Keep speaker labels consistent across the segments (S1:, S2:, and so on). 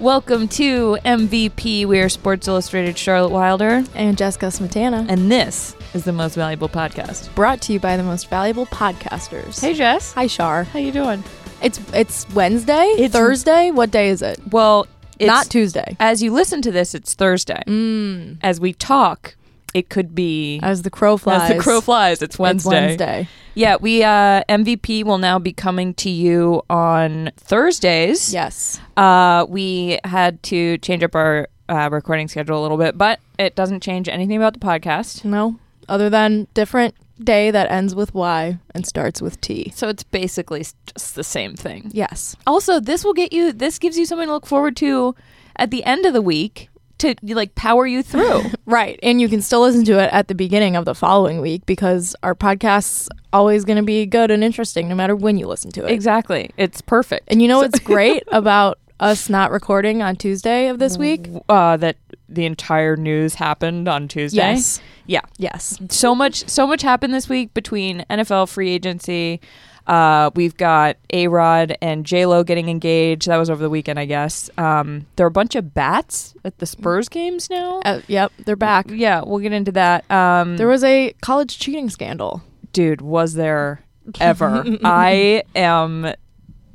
S1: Welcome to MVP. We are Sports Illustrated Charlotte Wilder,
S2: And Jessica Smetana.
S1: and this is the most valuable podcast.
S2: Brought to you by the most valuable podcasters.
S1: Hey, Jess.
S2: Hi, Shar.
S1: How you doing?
S2: It's it's Wednesday?
S1: It's-
S2: Thursday? What day is it?
S1: Well, it's,
S2: Not Tuesday.
S1: as you listen to this, it's Thursday.
S2: Mm.
S1: As we talk, it could be
S2: As the crow flies.
S1: as the crow flies. It's
S2: It's
S1: Wednesday.
S2: Wednesday.
S1: Yeah, we uh, MVP will now be coming to you on Thursdays.
S2: Yes.
S1: Uh, we had to change up our uh, recording schedule a little bit, but it doesn't change anything about the podcast.
S2: No. Other than different day that ends with Y and starts with T.
S1: So it's basically s- just the same thing.
S2: Yes.
S1: Also, this will get you. This gives you something to look forward to at the end of the week to like power you through.
S2: Right. And you can still listen to it at the beginning of the following week because our podcast's always going to be good and interesting no matter when you listen to it.
S1: exactly. It's perfect.
S2: And you know what's great about us not recording on Tuesday of this week?
S1: uh, that the entire news happened on Tuesday.
S2: Yes.
S1: Yeah.
S2: Yes.
S1: So much. So much happened this week between NFL free agency. Uh, we've got A Rod and J Lo getting engaged. That was over the weekend, I guess. Um, there are a bunch of bats at the Spurs games now.
S2: Uh, yep, they're back.
S1: Yeah, we'll get into that. Um,
S2: There was a college cheating scandal.
S1: dude, was there ever? I am.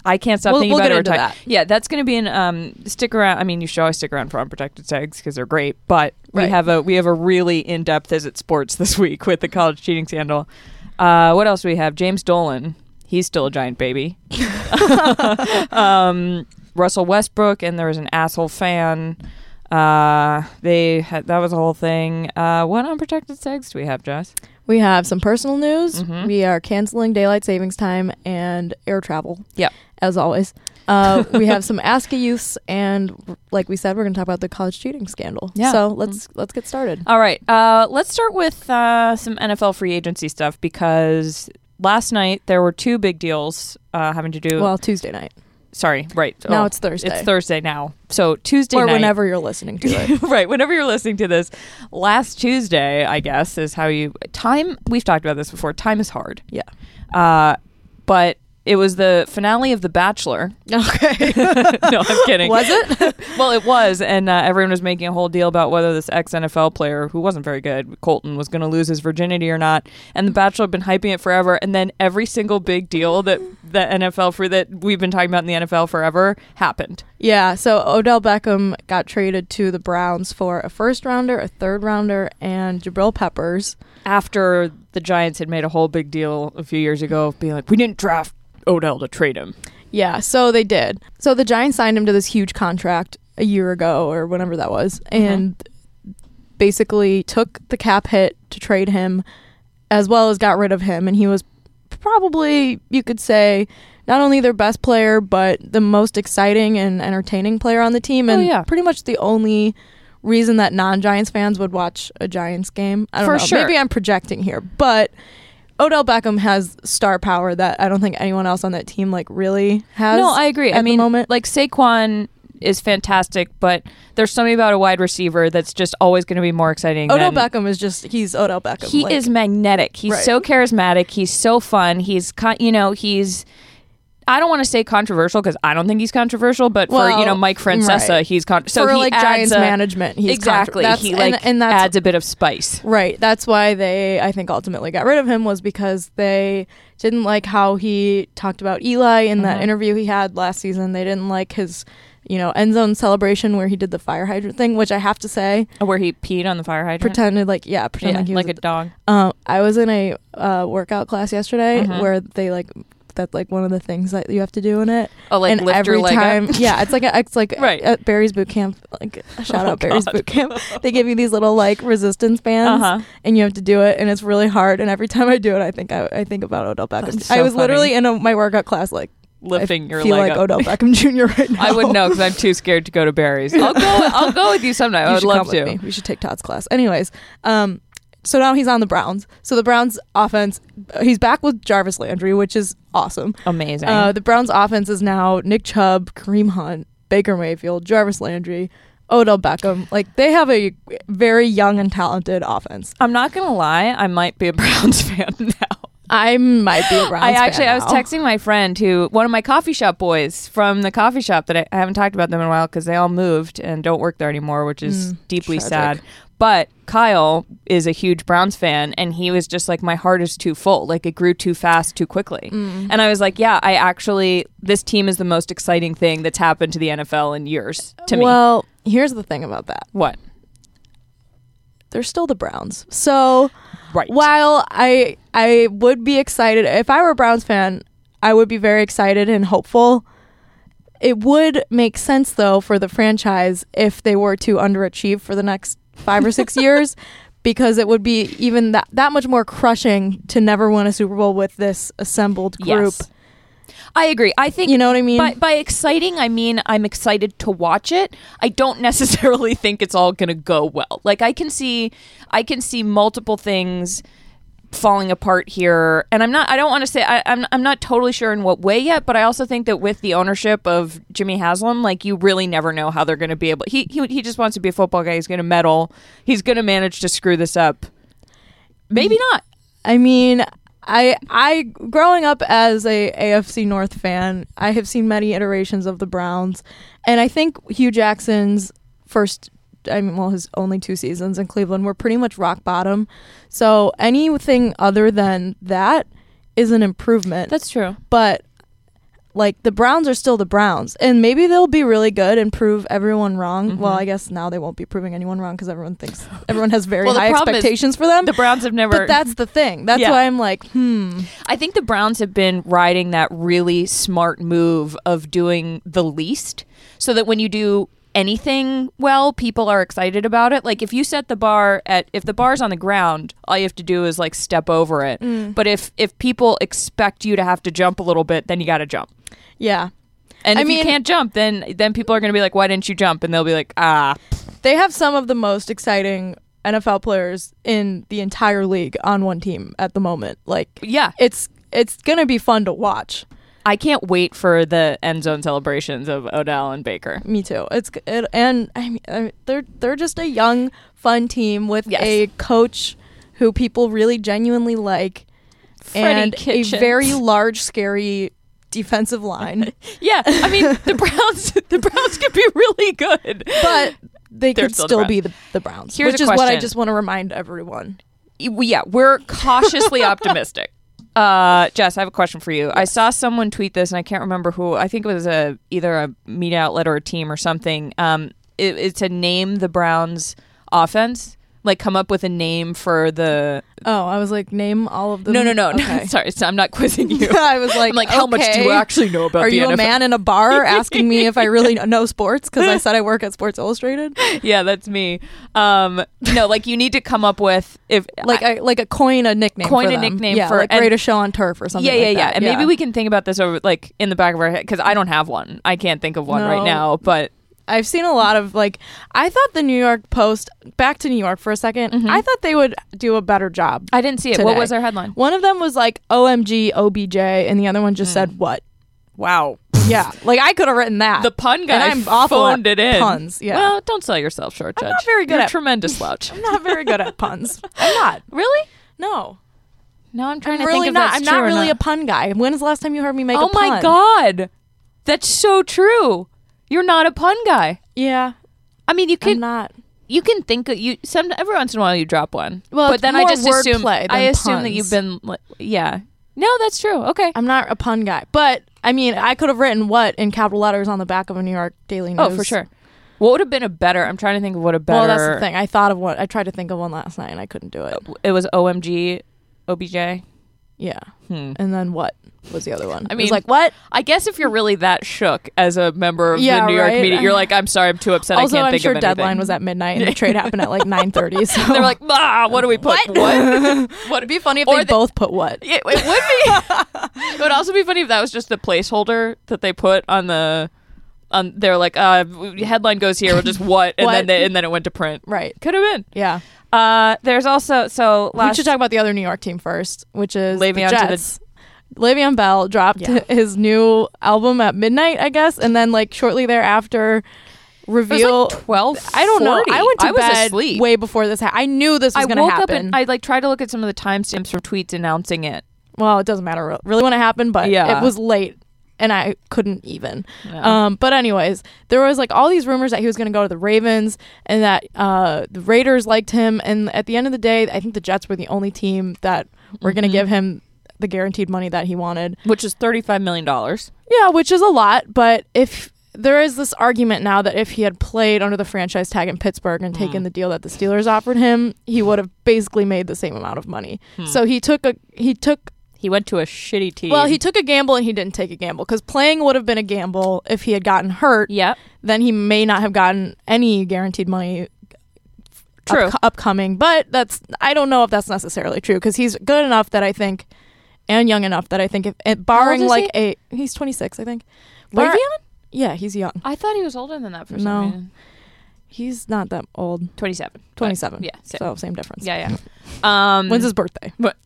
S1: I can't stop
S2: We'll-
S1: thinking
S2: we'll
S1: about
S2: get
S1: it.
S2: into
S1: every time.
S2: that.
S1: Yeah, that's going to be an um, stick around. I mean, you should always stick around for unprotected segs because they're great. But we
S2: Right.
S1: have a we have a really in depth is it sports this week with the college cheating scandal. Uh, what else do we have? James Dolan, he's still a giant baby. um, Russell Westbrook, and there was an asshole fan. Uh, they had, that was a whole thing. Uh, what unprotected segs do we have, Jess?
S2: We have some personal news.
S1: Mhm.
S2: We are canceling daylight savings time and air travel.
S1: Yep.
S2: As always. Uh, we have some ask a youths and like we said we're going to talk about the college cheating scandal.
S1: Yeah. Mm-hmm.
S2: So, let's let's get started.
S1: All right. Uh, let's start with uh, some NFL free agency stuff because last night there were two big deals uh, having to do.
S2: Well, Tuesday night.
S1: sorry, right.
S2: now
S1: Oh,
S2: it's Thursday.
S1: It's Thursday now. So Tuesday
S2: or
S1: night-
S2: whenever you're listening to it.
S1: right. Whenever you're listening to this, last Tuesday, I guess, is how you. Time. We've talked about this before. Time is hard.
S2: Yeah.
S1: Uh, but it was the finale of The Bachelor.
S2: okay.
S1: no, I'm kidding.
S2: Was it?
S1: well, it was, and uh, everyone was making a whole deal about whether this ex NFL player, who wasn't very good, Colton, was going to lose his virginity or not. And The Bachelor had been hyping it forever, and then every single big deal that the NFL for that we've been talking about in the NFL forever happened.
S2: Yeah, so Odell Beckham got traded to the Browns for a first rounder, a third rounder, and Jabril Peppers.
S1: After the Giants had made a whole big deal a few years ago of being like, we didn't draft Odell to trade him.
S2: Yeah, so they did. So the Giants signed him to this huge contract a year ago or whenever that was,
S1: Uh-huh.
S2: and basically took the cap hit to trade him as well as got rid of him. And he was probably, you could say, not only their best player, but the most exciting and entertaining player on the team,
S1: Oh,
S2: and
S1: yeah.
S2: pretty much the only reason that non-Giants fans would watch a Giants game. I don't
S1: For
S2: know.
S1: sure.
S2: Maybe I'm projecting here, but Odell Beckham has star power that I don't think anyone else on that team like really has.
S1: no, I agree.
S2: at
S1: I
S2: the
S1: mean,
S2: moment.
S1: like Saquon is fantastic, but there's something about a wide receiver that's just always going to be more exciting.
S2: Odell
S1: than,
S2: Beckham is just he's Odell Beckham.
S1: He
S2: Like,
S1: is magnetic. He's
S2: Right.
S1: so charismatic. He's so fun. He's con- you know he's. I don't want to say controversial because I don't think he's controversial, but for you know
S2: Well,
S1: Mike Francesa,
S2: right.
S1: he's con- so
S2: for
S1: he
S2: like
S1: adds
S2: Giants
S1: a-
S2: management. He's
S1: exactly.
S2: contro- that's-
S1: he like
S2: and, and that's
S1: adds a bit of spice.
S2: Right. That's why they, I think, ultimately got rid of him was because they didn't like how he talked about Eli in that
S1: Mm-hmm.
S2: interview he had last season. They didn't like his, you know, end zone celebration where he did the fire hydrant thing, which I have to say,
S1: Where he peed on the fire hydrant,
S2: pretended like, yeah, pretended
S1: Yeah,
S2: like he
S1: like a
S2: was.
S1: dog.
S2: um, I was in a uh, workout class yesterday
S1: Mhm.
S2: where they like, that's like one of the things that you have to do in it.
S1: Oh, like
S2: and
S1: lift
S2: every
S1: your leg
S2: time,
S1: up.
S2: yeah, it's like a, it's like
S1: Right.
S2: at Barry's boot camp. Like shout
S1: Oh,
S2: out Barry's
S1: God.
S2: boot camp. They give you these little like resistance bands,
S1: Uh-huh.
S2: and you have to do it, and it's really hard. And every time I do it, I think I, I think about Odell Beckham.
S1: That's so
S2: I was
S1: funny.
S2: literally in a, my workout class, like
S1: lifting
S2: I
S1: your
S2: feel
S1: leg
S2: like
S1: up.
S2: Odell Beckham Jr. right now.
S1: I wouldn't know because I'm too scared to go to Barry's. I'll go. I'll go with you sometime.
S2: You
S1: I would
S2: should
S1: love
S2: come
S1: to.
S2: with me. We should take Todd's class. Anyways, um, so now he's on the Browns. So the Browns offense, he's back with Jarvis Landry, which is awesome.
S1: Amazing.
S2: Uh, the Browns' offense is now Nick Chubb, Kareem Hunt, Baker Mayfield, Jarvis Landry, Odell Beckham. Like they have a very young and talented offense.
S1: I'm not gonna lie. I might be a Browns fan now.
S2: I might be a Browns.
S1: I
S2: fan
S1: actually I was
S2: now.
S1: texting my friend who one of my coffee shop boys from the coffee shop that I, I haven't talked about them in a while because they all moved and don't work there anymore, which is deeply
S2: Mm, tragic.
S1: sad. But Kyle is a huge Browns fan, and he was just like, "My heart is too full. Like it grew too fast, too quickly."
S2: Mm.
S1: And I was like, "Yeah, I actually this team is the most exciting thing that's happened to the NFL in years to me."
S2: Well, here's the thing about that.
S1: What?
S2: They're still the Browns. So
S1: Right.
S2: while I I would be excited if I were a Browns fan, I would be very excited and hopeful. It would make sense though for the franchise if they were to underachieve for the next 5 or 6 years because it would be even that that much more crushing to never win a Super Bowl with this assembled group.
S1: Yes. I agree. I think
S2: You know what I mean?
S1: By, by exciting, I mean I'm excited to watch it. I don't necessarily think it's all going to go well. Like I can see, I can see multiple things falling apart here, and I'm not. I don't want to say I, I'm. I'm not totally sure in what way yet, but I also think that with the ownership of Jimmy Haslam, like you really never know how they're going to be able. He he he just wants to be a football guy. He's going to meddle. He's going to manage to screw this up. Maybe not.
S2: I mean, I I growing up as a AFC North fan, I have seen many iterations of the Browns, and I think Hugh Jackson's first, I mean, well, his only two seasons in Cleveland were pretty much rock bottom. So anything other than that is an improvement.
S1: That's true.
S2: but like the Browns are still the Browns, and maybe they'll be really good and prove everyone wrong.
S1: Mm-hmm.
S2: Well, I guess now they won't be proving anyone wrong because everyone thinks everyone has very
S1: Well, the
S2: high
S1: problem is
S2: expectations for them.
S1: The Browns have never.
S2: But that's the thing. That's
S1: Yeah.
S2: why I'm like, hmm.
S1: I think the Browns have been riding that really smart move of doing the least so that when you do anything well, people are excited about it. Like if you set the bar at if the bar's on the ground, all you have to do is like step over it.
S2: Mm.
S1: But if if people expect you to have to jump a little bit, then you got to jump.
S2: Yeah.
S1: And
S2: I
S1: if you
S2: mean-
S1: can't jump, then then people are going to be like, "Why didn't you jump?" And they'll be like, "Ah,
S2: They have some of the most exciting NFL players in the entire league on one team at the moment. Like
S1: yeah,
S2: it's it's going to be fun to watch.
S1: I can't wait for the end zone celebrations of Odell and Baker."
S2: Me too. It's g- it, and I mean I mean, they're they're just a young fun team with
S1: Yes.
S2: a coach who people really genuinely like
S1: Freddie
S2: and a
S1: Kitchens.
S2: very large scary defensive line.
S1: Yeah, I mean the Browns. The Browns could be really good,
S2: but they
S1: They're
S2: could
S1: still
S2: still,
S1: the Browns.
S2: be the, the Browns,
S1: Here's
S2: which
S1: a
S2: is what I
S1: question.
S2: just want to remind everyone.
S1: we- yeah, we're cautiously optimistic. Uh, Jess, I have a question for you. I saw someone tweet this, and I can't remember who. I think it was a either a media outlet or a team or something. Um, it, it's a name the Browns offense. Like, come up with a name for the.
S2: Oh, I was like, name all of them.
S1: No, no, no, no.
S2: Okay.
S1: Sorry, it's- I'm not quizzing you.
S2: I was like,
S1: I'm like, how much do
S2: okay,
S1: you actually know about
S2: Are
S1: the
S2: you
S1: NFL?
S2: a man in a bar asking me if I really know sports? Because I said I work at Sports Illustrated.
S1: Yeah, that's me. Um, no, like you need to come up with if
S2: Like, I, like a coin a nickname.
S1: Coin a
S2: for them.
S1: nickname
S2: yeah,
S1: for-
S2: like
S1: and-
S2: greatest show on turf or something.
S1: yeah, yeah,
S2: like
S1: yeah.
S2: that.
S1: And maybe we can think about this over, like, in the back of our head, because I don't have one. I can't think of one right
S2: No.
S1: now. But
S2: I've seen a lot of like. I thought the New York Post. Back to New York for a 2nd
S1: Mm-hmm.
S2: I thought they would do a better job.
S1: I didn't see it. What
S2: today.
S1: was our headline?
S2: One of them was like OMG OBJ, and the other one just said what.
S1: Mm. Wow.
S2: Yeah, like I could have written that.
S1: The pun guy
S2: And I'm awful
S1: phoned
S2: at
S1: it in.
S2: puns, yeah.
S1: Well, don't sell yourself short, Judge.
S2: not very good
S1: You're a
S2: at-
S1: tremendous slouch.
S2: I'm not very good at puns. I'm not.
S1: really?
S2: No,
S1: No, I'm trying to
S2: I'm really
S1: think if
S2: not.
S1: that's
S2: I'm not
S1: true or
S2: really a pun guy. When is the last time you heard me make
S1: Oh
S2: a pun?
S1: my god, that's so true. You're not a pun guy.
S2: Yeah,
S1: I mean, you
S2: I'm
S1: can
S2: not.
S1: you can think of you some every once in a while you drop one.
S2: Well,
S1: but
S2: it's
S1: then I
S2: more
S1: just assume
S2: wordplay
S1: I
S2: than
S1: assume that
S2: puns.
S1: you've been like, yeah. No, that's true. Okay.
S2: I'm not a pun guy. But I mean, I could have written what in capital letters on the back of a New York Daily News.
S1: Oh, for sure. What would have been a better? I'm trying to think of what a better. Oh.
S2: Well, that's the thing. I thought of one. I tried to think of one last night and I couldn't do it.
S1: It was OMG, OBJ.
S2: Yeah.
S1: Hmm.
S2: And then what was the other one?
S1: I
S2: It
S1: mean-
S2: was like what?
S1: I guess if you're really that shook as a member of
S2: Yeah,
S1: the New
S2: right?
S1: York media, you're like, I'm sorry, I'm too upset.
S2: also,
S1: I can't
S2: I'm
S1: think
S2: sure
S1: of anything.
S2: deadline was at midnight and the trade happened at like 9:30. So
S1: They're like, ah, what do we put? What? What? It'd
S2: be funny if
S1: or
S2: they
S1: the-
S2: both put what.
S1: It, it would be. it would also be funny if that was just the placeholder that they put on the. On they're like, uh, headline goes here. We're just what, and then
S2: What?
S1: they, and then it went to print.
S2: Right.
S1: Could have been.
S2: Yeah.
S1: Uh, there's also so
S2: we
S1: last
S2: should talk about the other New York team first, which is
S1: Le'Veon to
S2: the
S1: the-
S2: Jets. Le'Veon Bell dropped
S1: Yeah.
S2: his new album at midnight, I guess, and then like shortly thereafter,
S1: it
S2: reveal.
S1: was like twelve.
S2: I don't know. I went to
S1: I was
S2: bed
S1: asleep.
S2: way before this. Ha- I knew this was
S1: I
S2: going to
S1: woke
S2: happen.
S1: up and I like tried to look at some of the timestamps from tweets announcing it,
S2: well, it doesn't matter re- really when it happened, but
S1: Yeah.
S2: it was late and I couldn't even.
S1: Yeah.
S2: Um, but anyways, there was like all these rumors that he was going to go to the Ravens and that uh, the Raiders liked him. And at the end of the day, I think the Jets were the only team that were going to
S1: Mhm.
S2: give him the guaranteed money that he wanted.
S1: Which is $35 million.
S2: Yeah, which is a lot. But if there is this argument now that if he had played under the franchise tag in Pittsburgh and
S1: Mm.
S2: taken the deal that the Steelers offered him, he would have basically made the same amount of money.
S1: Hmm.
S2: So he took a he took
S1: He went to a shitty team.
S2: well, he took a gamble and he didn't take a gamble because playing would have been a gamble if he had gotten hurt.
S1: Yep.
S2: Then he may not have gotten any guaranteed money.
S1: True.
S2: upco- upcoming, but that's I don't know if that's necessarily true because he's good enough that I think, and young enough that I think if and barring
S1: is
S2: like a he's twenty six I think. Bar- yeah, he's young.
S1: I thought he was older than that for
S2: No.
S1: some reason.
S2: He's not that old.
S1: 27. but-
S2: Twenty seven.
S1: Yeah. Same.
S2: So same difference.
S1: Yeah, yeah. Um,
S2: When's his birthday?
S1: What?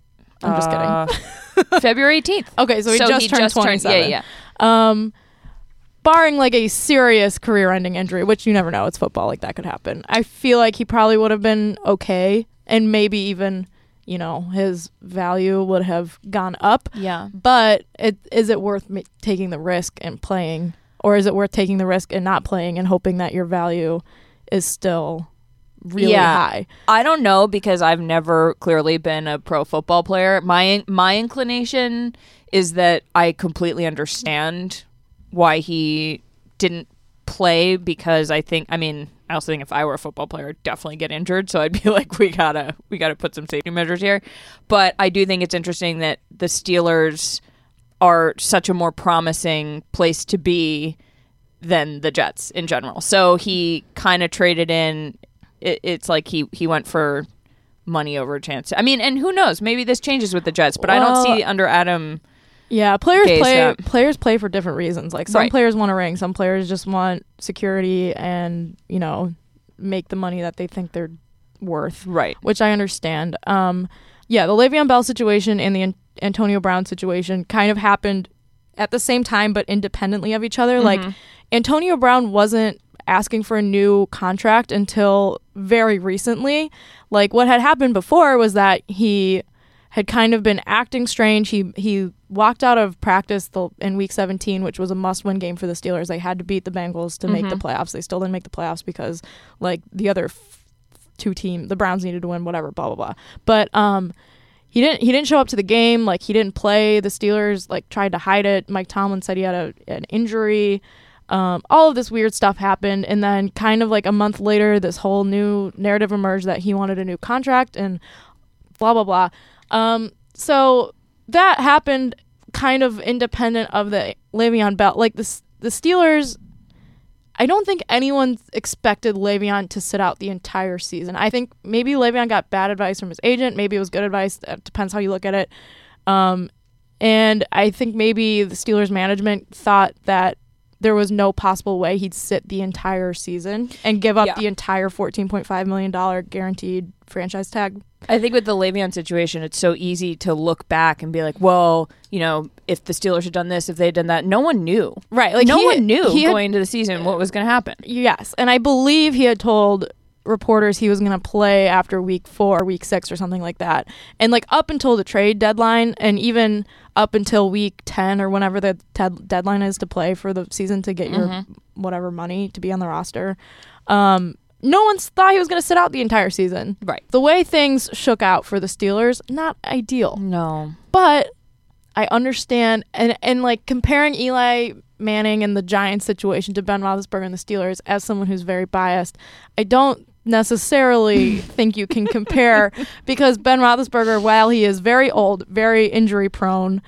S1: Uh,
S2: I'm just kidding.
S1: kidding. February 18th.
S2: Okay, so he just turned twenty seven.
S1: yeah, yeah.
S2: Um, barring like a serious career-ending injury, which you never know, it's football, like that could happen. I feel like he probably would have been okay, and maybe even, you know, his value would have gone up.
S1: Yeah.
S2: But it, is it worth ma- taking the risk and playing, or is it worth taking the risk and not playing and hoping that your value is still really
S1: Yeah.
S2: high?
S1: I don't know because I've never clearly been a pro football player. My my inclination is that I completely understand why he didn't play because I think I mean I also think if I were a football player, I'd definitely get injured. So I'd be like, we gotta we gotta put some safety measures here. But I do think it's interesting that the Steelers are such a more promising place to be than the Jets in general. So he kind of traded in. It, it's like he he went for money over chance. I mean, and who knows? Maybe this changes with the Jets, but I don't
S2: Well-
S1: see under Adam.
S2: Yeah, players
S1: Gaze
S2: play
S1: up.
S2: players play for different reasons. Like some
S1: Right.
S2: players want a ring, some players just want security and, you know, make the money that they think they're worth,
S1: Right.
S2: which I understand. Um yeah, the Le'Veon Bell situation and the An- Antonio Brown situation kind of happened at the same time but independently of each other. Like Antonio Brown wasn't asking for a new contract until very recently. Like what had happened before was that he had kind of been acting strange. He he walked out of practice the, in week 17, which was a must-win game for the Steelers. They had to beat the Bengals to make the playoffs. They still didn't make the playoffs because like the other f- two team, the Browns needed to win whatever blah blah blah. But um he didn't he didn't show up to the game like he didn't play the steelers like tried to hide it mike tomlin said he had a, an injury um, all of this weird stuff happened and then kind of like a month later this whole new narrative emerged that he wanted a new contract and blah blah blah um, so that happened kind of independent of the Le'Veon Bell like the S- the Steelers I don't think anyone expected Le'Veon to sit out the entire season. I think maybe Le'Veon got bad advice from his agent. Maybe it was good advice. It depends how you look at it. Um, and I think maybe the Steelers management thought that there was no possible way he'd sit the entire season and give up
S1: Yeah.
S2: the entire $14.5 million guaranteed franchise tag.
S1: I think with the Le'Veon situation, it's so easy to look back and be like, well, you know, if the Steelers had done this, if they had done that, no one knew.
S2: Right. Like
S1: no
S2: he-
S1: one knew
S2: he had-
S1: going into the season what was going to happen.
S2: Yes, and I believe he had told reporters he was going to play after week 4 or week 6 or something like that. And like up until the trade deadline and even up until week 10 or whenever the ted- deadline is to play for the season to get your
S1: Mm-hmm.
S2: whatever money to be on the roster. Um no one's thought he was going to sit out the entire season.
S1: Right.
S2: The way things shook out for the Steelers, not ideal
S1: No.
S2: but I understand and and like comparing Eli Manning and the Giants situation to Ben Roethlisberger and the Steelers as someone who's very biased, I don't necessarily think you can compare because Ben Roethlisberger, while he is very old, very injury prone,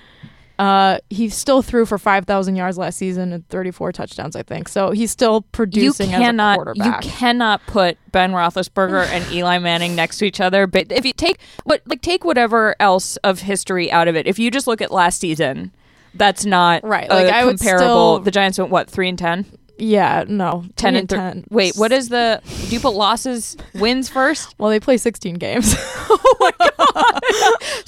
S2: uh, he still threw for five thousand yards last season and thirty four touchdowns, I think. So he's still
S1: You
S2: producing as a
S1: cannot, you
S2: quarterback.
S1: cannot put Ben Roethlisberger and Eli Manning next to each other. But if you take what, like, take whatever else of history out of it. If you just look at last season, that's not
S2: Right,
S1: a
S2: like, I would
S1: comparable.
S2: still-
S1: the Giants went what three and ten?
S2: yeah, no,
S1: Ten
S2: three
S1: and, thir-
S2: ten.
S1: Wait, what is the? Do you put losses wins first?
S2: Well, they play sixteen games.
S1: Oh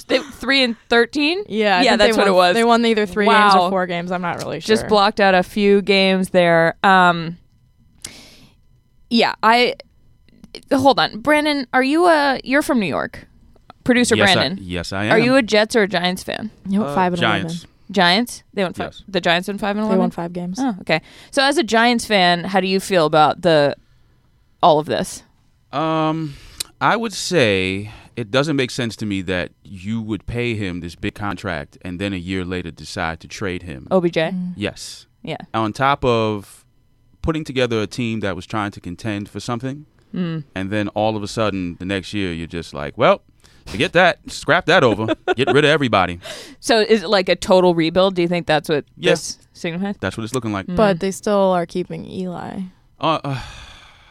S1: They- three and thirteen.
S2: Yeah, I
S1: yeah,
S2: think they
S1: that's what
S2: won-
S1: it was.
S2: They won either three games
S1: Wow.
S2: or four games. I'm not really sure.
S1: just blocked out a few games there. Um, yeah, I hold on, Brandon. Are you a? You're from New York, Producer
S3: yes,
S1: Brandon,
S3: I, yes, I am.
S1: are you a Jets or a Giants fan?
S2: You want
S3: Uh,
S2: five and
S3: Giants?
S1: Giants? They went five.
S3: Yes.
S1: The Giants went five and
S2: eleven.
S1: eleven.
S2: They won five games.
S1: Oh, okay. So as a Giants fan, how do you feel about the all of this?
S3: Um, I would say it doesn't make sense to me that you would pay him this big contract and then a year later decide to trade him.
S1: OBJ?
S2: Mm.
S3: Yes.
S1: Yeah.
S3: On top of putting together a team that was trying to contend for something,
S1: Mm.
S3: and then all of a sudden the next year you're just like, well, forget that, scrap that over, get rid of everybody.
S1: So is it like a total rebuild? Do you think that's what
S3: Yeah.
S1: this signifies? Mm.
S3: That's what it's looking like.
S2: But they still are keeping Eli.
S3: Uh, uh,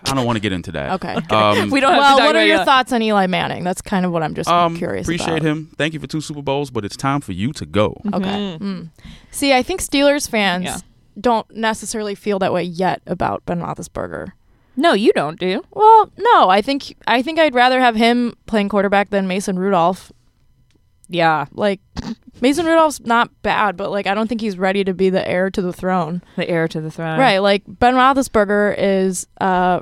S3: I don't want to get into that.
S2: Okay.
S3: Um,
S1: We don't have
S2: Well,
S1: to talk
S2: what are
S1: about
S2: your
S1: Eli.
S2: thoughts on Eli Manning? That's kind of what I'm just
S3: um,
S2: curious
S3: appreciate
S2: about.
S3: him. Thank you for two Super Bowls, but it's time for you to go.
S2: Okay.
S1: Mhm.
S2: Mm. See, I think Steelers fans
S1: Yeah.
S2: don't necessarily feel that way yet about Ben Roethlisberger.
S1: No, you don't, do you?
S2: Well, no, I think I think I'd rather have him playing quarterback than Mason Rudolph.
S1: Yeah.
S2: Like Mason Rudolph's not bad, but like I don't think he's ready to be the heir to the throne.
S1: The heir to the throne.
S2: Right, like Ben Roethlisberger is uh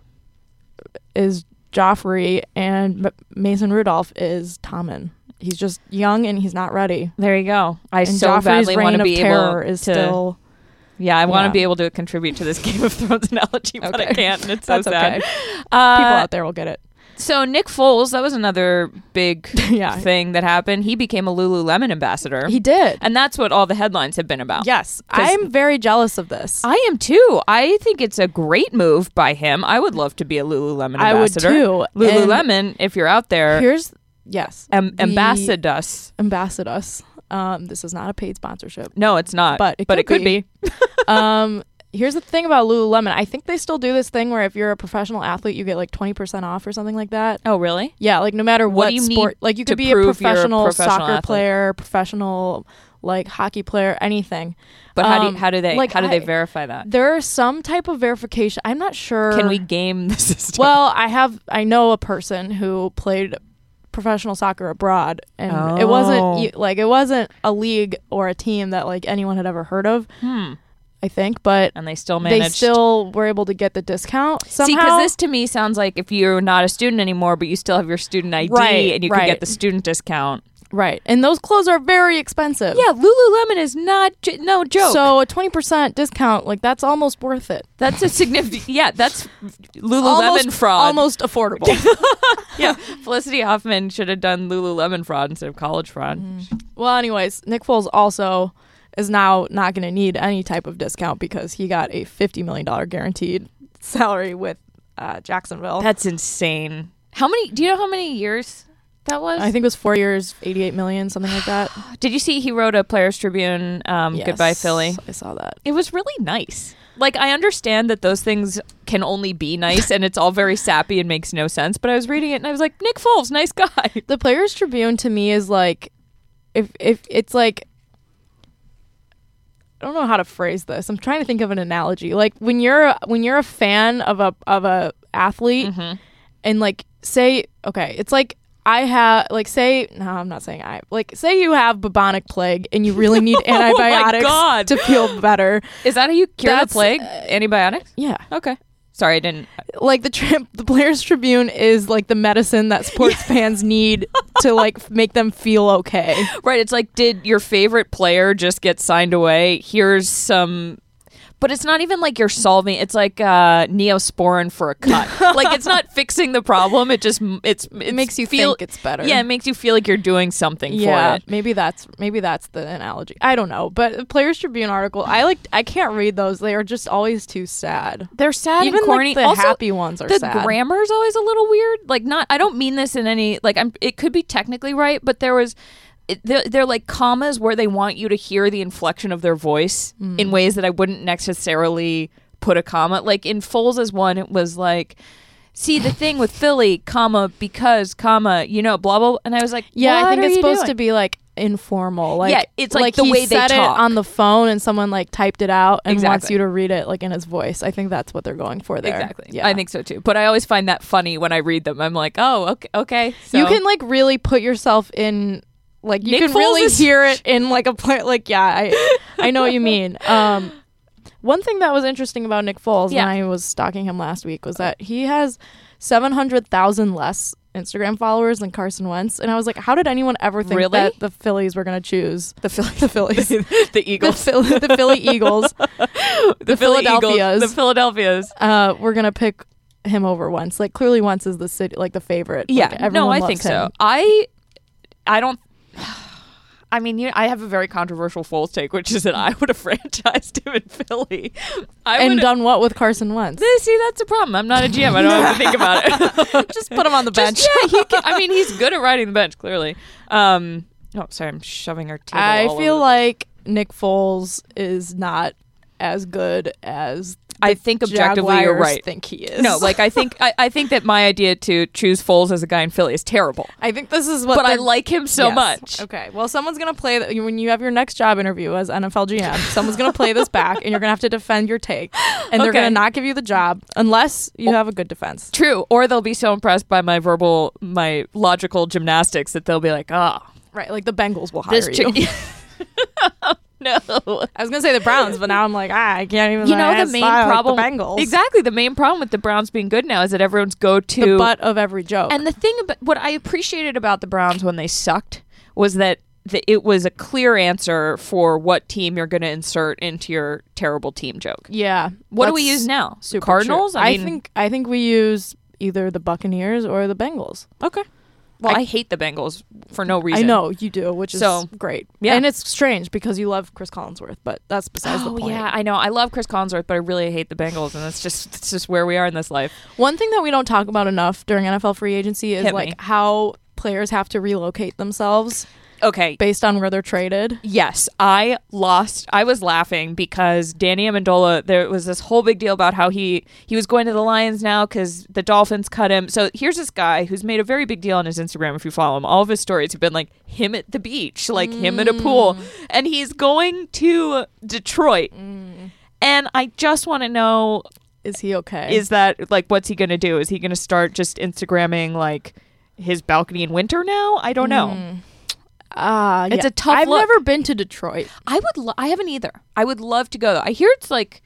S2: is Joffrey and M- Mason Rudolph is Tommen. He's just young and he's not ready.
S1: There you go. I
S2: and
S1: so
S2: Joffrey's
S1: badly
S2: reign
S1: want to
S2: of
S1: be
S2: terror
S1: able
S2: is
S1: to.
S2: still
S1: yeah, I want to
S2: Yeah.
S1: be able to contribute to this Game of Thrones analogy, but I
S2: Okay.
S1: can't. And it's so
S2: That's
S1: sad.
S2: okay.
S1: Uh,
S2: People out there will get it.
S1: so Nick Foles, that was another big
S2: yeah.
S1: thing that happened. He became a Lululemon ambassador,
S2: He did.
S1: and that's what all the headlines have been about.
S2: Yes.
S1: 'Cause-
S2: I'm very jealous of this.
S1: I am too. I think it's a great move by him. I would love to be a Lululemon
S2: I would
S1: ambassador.
S2: too.
S1: Lululemon, if you're out
S2: And
S1: there,
S2: Here's yes.
S1: am-
S2: the-
S1: ambassador us.
S2: Ambassador us. Um, this is not a paid sponsorship.
S1: No, it's not.
S2: But it could
S1: be.
S2: um, here's the thing about Lululemon. I think they still do this thing where if you're a professional athlete, you get like 20% off or something like that.
S1: Oh, really?
S2: Yeah, like no matter
S1: What
S2: what,
S1: do you need
S2: sport, like you
S1: to
S2: could be a
S1: prove you're a
S2: professional,
S1: professional
S2: soccer
S1: athlete?
S2: player, professional like hockey player, anything.
S1: But how do
S2: Um,
S1: you, how do they
S2: like,
S1: how do they
S2: I-
S1: verify that?
S2: There are some type of verification. I'm not sure.
S1: Can we game the system?
S2: Well, I have I know a person who played professional soccer abroad and it
S1: Oh.
S2: wasn't y- like it wasn't a league or a team that like anyone had ever heard of,
S1: hmm.
S2: I think, but
S1: and they still
S2: they
S1: managed.
S2: still were able to get the discount
S1: See,
S2: somehow.
S1: because this to me sounds like if you're not a student anymore, but you still have your student ID
S2: Right,
S1: and you can
S2: right.
S1: get the student discount.
S2: right. And those clothes are very expensive.
S1: Yeah, Lululemon is not j- no joke.
S2: So a 20% discount, like that's almost worth it.
S1: that's a significant. Yeah, that's Lululemon
S2: almost,
S1: fraud.
S2: Almost affordable.
S1: yeah, Felicity Huffman should have done Lululemon fraud instead of college fraud.
S2: Well, anyways, Nick Foles also is now not going to need any type of discount because he got a fifty million dollar guaranteed salary with uh, Jacksonville.
S1: Oh, That's insane. How many? Do you know how many years that was?
S2: I think it was four years, eighty eight million, something like that.
S1: Did you see he wrote a Players Tribune um,
S2: Yes,
S1: goodbye Philly?
S2: I saw that.
S1: It was really nice. Like I understand that those things can only be nice, and it's all very sappy and makes no sense. But I was reading it and I was like, Nick Foles, nice guy.
S2: The Players Tribune to me is like, if if it's like. I don't know how to phrase this. I'm trying to think of an analogy. Like when you're when you're a fan of a of a athlete,
S1: Mm-hmm.
S2: and like say okay it's like i have like say no i'm not saying i like say you have bubonic plague and you really need
S1: Oh my
S2: antibiotics
S1: God.
S2: to feel better
S1: Is that how you cure
S2: That's,
S1: the plague?
S2: uh,
S1: Antibiotics.
S2: yeah
S1: Okay. Sorry, I didn't.
S2: like the trip the players tribune is like the medicine that sports fans need to like f- make them feel okay
S1: Right. It's like, did your favorite player just get signed away? Here's some. But it's not even like you're solving. It's like uh, neosporin for a cut. like it's not fixing the problem. It just it's
S2: it makes you
S1: feel
S2: think it's better
S1: yeah. It makes you feel like you're doing something
S2: yeah
S1: for it.
S2: maybe that's maybe that's the analogy i don't know but the players tribune article i like i can't read those they are just always too sad
S1: They're sad
S2: even
S1: and corny.
S2: like the
S1: also,
S2: happy ones are
S1: the
S2: sad
S1: grammar's always a little weird. Like not. I don't mean this in any like. I'm. It could be technically right, but there was. it- They're, they're like commas where they want you to hear the inflection of their voice
S2: Hmm.
S1: in ways that I wouldn't necessarily put a comma. Like in Foles' one, it was like, "See the thing with Philly, comma because, comma you know, blah blah." blah. And I was like,
S2: Yeah,
S1: "What
S2: I think
S1: are
S2: it's
S1: you
S2: supposed to
S1: doing?"
S2: be like informal. Like
S1: Yeah, it's, like, the
S2: he
S1: way they
S2: said
S1: talk.
S2: it on the phone, and someone like typed it out and wants
S1: Exactly.
S2: you to read it like in his voice. I think that's what they're going for there.
S1: exactly.
S2: Yeah,
S1: I think so too. But I always find that funny when I read them. I'm like, "Oh, okay, okay." So.
S2: you can like really put yourself in. Like you
S1: Nick
S2: can
S1: Foles
S2: really
S1: is-
S2: hear it in like a play. Like yeah, I I know what you mean. Um, one thing that was interesting about Nick Foles,
S1: Yeah.
S2: and I was stalking him last week, was that he has seven hundred thousand less Instagram followers than Carson Wentz. And I was like, how did anyone ever think
S1: Really?
S2: that the Phillies were going to choose the Philly, the Phillies, the,
S1: the Eagles,
S2: Philly, the Philly Eagles
S1: the,
S2: Philly Eagles,
S1: Philadelphia's,
S2: the
S1: the Philadelphia's.
S2: uh, were going to pick him over Wentz? Like clearly Wentz is the city, like the favorite.
S1: Yeah,
S2: Like,
S1: no,
S2: everyone
S1: I
S2: loves
S1: think
S2: him.
S1: so. I, I don't. I mean, you, I have a very controversial Foles take, which is that I would have franchised him in Philly. I
S2: And
S1: would've-
S2: done what with Carson Wentz?
S1: Th- See, that's the problem. I'm not a GM. I don't have to think about it.
S2: Just put him on the
S1: Just-
S2: bench.
S1: yeah, he can, I mean, he's good at riding the bench, clearly. Um, oh, sorry, I'm shoving our table.
S2: I
S1: all
S2: feel
S1: over the-
S2: like Nick Foles is not as good as
S1: I think objectively you're
S2: Jaguars
S1: right.
S2: Think he is?
S1: No, like I think I, I think that my idea to choose Foles as a guy in Philly is terrible.
S2: I think this is what.
S1: but I
S2: they're-
S1: like him so
S2: Yes.
S1: much.
S2: Okay, well, someone's gonna play that when you have your next job interview as NFL GM. Someone's gonna play this back, and you're gonna have to defend your take, and they're
S1: Okay.
S2: gonna not give you the job unless you have a good defense.
S1: True. Or they'll be so impressed by my verbal, my logical gymnastics that they'll be like, oh,
S2: Right, like the Bengals will hire
S1: this
S2: you.
S1: chick. no.
S2: I was gonna say the Browns, but now I'm like, ah, I can't even.
S1: You know
S2: like,
S1: the main
S2: style, like
S1: problem.
S2: the Bengals,
S1: Exactly. The main problem with the Browns being good now is that everyone's go to
S2: the butt of every joke.
S1: And the thing about what I appreciated about the Browns when they sucked was that the, it was a clear answer for what team you're going to insert into your terrible team joke.
S2: yeah,
S1: What do we
S2: that's-
S1: use now?
S2: Super
S1: Cardinals?
S2: true.
S1: I,
S2: I,
S1: mean,
S2: think I think we use either the Buccaneers or the Bengals.
S1: Okay. Well, I,
S2: I-
S1: hate the Bengals for no reason.
S2: I know you do, which is
S1: So,
S2: great.
S1: yeah.
S2: and it's strange because you love Chris Collinsworth, but that's besides
S1: Oh
S2: the point.
S1: yeah, I know. I love Chris Collinsworth, but I really hate the Bengals, and that's just that's just where we are in this life.
S2: One thing that we don't talk about enough during NFL free agency is
S1: Hit
S2: like
S1: me.
S2: how players have to relocate themselves
S1: Okay,
S2: based on where they're traded.
S1: Yes, I lost. I was laughing because Danny Amendola. There was this whole big deal about how he he was going to the Lions now because the Dolphins cut him. So here's this guy who's made a very big deal on his Instagram. If you follow him, all of his stories have been like him at the beach, like him at
S2: Mm.
S1: a pool, and he's going to Detroit.
S2: Mm.
S1: And I just want to know:
S2: Is he okay?
S1: is that like what's he going to do? Is he going to start just Instagramming like his balcony in winter now? I don't know.
S2: Hmm. ah,
S1: It's
S2: yeah.
S1: a tough
S2: I've
S1: look.
S2: never been to Detroit.
S1: I would. Lo- I haven't either. I would love to go though. I hear it's like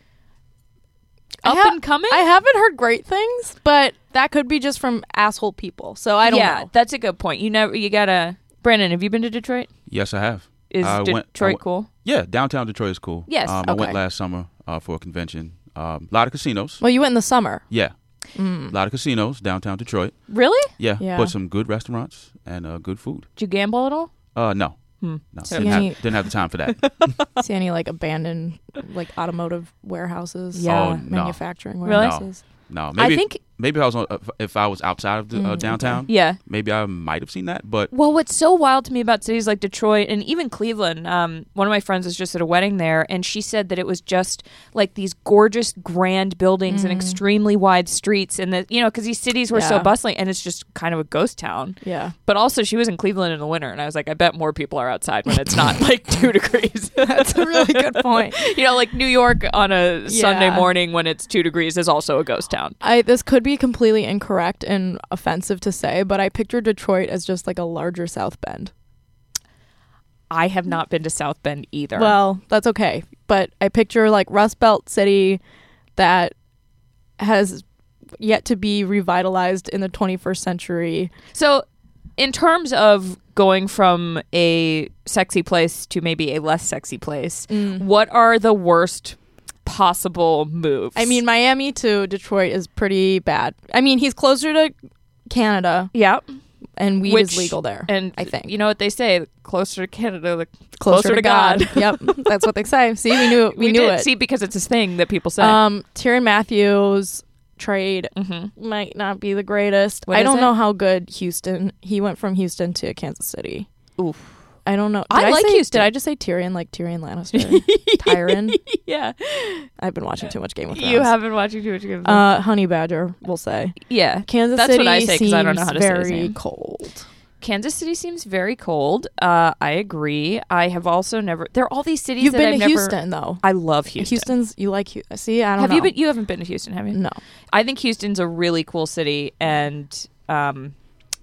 S2: I
S1: up
S2: ha-
S1: and coming.
S2: I haven't heard great things, but that could be just from asshole people. So I don't
S1: yeah,
S2: know.
S1: that's a good point. You never. You gotta. Brandon, have you been to Detroit?
S3: Yes, I have.
S1: Is
S3: I went- I
S1: Detroit
S3: went-
S1: cool?
S3: Yeah, downtown Detroit is cool.
S1: Yes,
S3: um, I went
S1: okay.
S3: last summer uh, for a convention. A lot of casinos.
S2: Well, you went in the summer.
S3: Yeah, a
S2: Mm.
S3: lot of casinos downtown Detroit.
S1: Really?
S3: Yeah,
S2: Yeah.
S3: but some good restaurants and uh, good food.
S1: Did you gamble at all?
S3: Uh, no,
S1: Hmm.
S3: no,
S1: So
S3: didn't,
S2: you-
S3: have, didn't have the time for that.
S2: See any like abandoned like automotive warehouses?
S1: Yeah. Oh,
S3: no.
S2: manufacturing
S1: Really?
S2: warehouses.
S3: No, maybe
S1: I think.
S3: maybe if I was on, if- if I was outside of the,
S2: Mm,
S3: uh,
S2: okay.
S3: downtown,
S1: Yeah.
S3: maybe I might have seen that. But
S1: Well, what's so wild to me about cities like Detroit and even Cleveland, um, one of my friends was just at a wedding there, and she said that it was just like these gorgeous, grand buildings and extremely wide streets, and that you know, because these cities were so
S2: Mm. Yeah.
S1: bustling, and it's just kind of a ghost town.
S2: Yeah.
S1: But also, she was in Cleveland in the winter, and I was like, I bet more people are outside when it's not like two degrees.
S2: That's a really good point.
S1: you know, like New York on a Sunday
S2: Yeah.
S1: morning when it's two degrees is also a ghost town.
S2: I this could be completely incorrect and offensive to say, but I picture Detroit as just like a larger South Bend.
S1: I have not been to South Bend either.
S2: Mm. Well, that's okay, but I picture like Rust Belt city that has yet to be revitalized in the 21st century.
S1: so in terms of going from a sexy place to maybe a less sexy place,
S2: Mm-hmm.
S1: what are the worst possible moves?
S2: I mean, Miami to Detroit is pretty bad. I mean, he's closer to Canada
S1: yeah,
S2: and weed
S1: Which-
S2: is legal there.
S1: and
S2: I think.
S1: you know what they say: closer to Canada, the
S2: closer, to God.
S1: God.
S2: yep, that's what they say. See, we knew it. We,
S1: we
S2: knew
S1: did
S2: it.
S1: see because it's a thing that people say.
S2: um, Tyrann Matthews trade
S1: Mhm.
S2: might not be the greatest.
S1: What
S2: I
S1: is
S2: don't
S1: it?
S2: know how good Houston. He went from Houston to Kansas City.
S1: Oof.
S2: I don't know. Did
S1: I like
S2: say-
S1: Houston.
S2: Did I just say Tyrion like Tyrion Lannister? Tyrion.
S1: Yeah,
S2: I've been watching too much Game of Thrones.
S1: you have been watching too much. Game of Thrones.
S2: Uh, Honey Badger, we'll say.
S1: Um, yeah,
S2: Kansas
S1: That's what
S2: City
S1: I say 'cause I don't know
S2: seems
S1: how to say his
S2: very
S1: name.
S2: cold.
S1: Kansas City seems very cold. Uh, I agree. I have also never. There are all these cities
S2: You've
S1: that I've
S2: been to
S1: never.
S2: Houston though.
S1: I love Houston.
S2: Houston's you like Hu- see I don't
S1: have
S2: know.
S1: you been? You haven't been to Houston, have you?
S2: No.
S1: I think Houston's a really cool city, and um,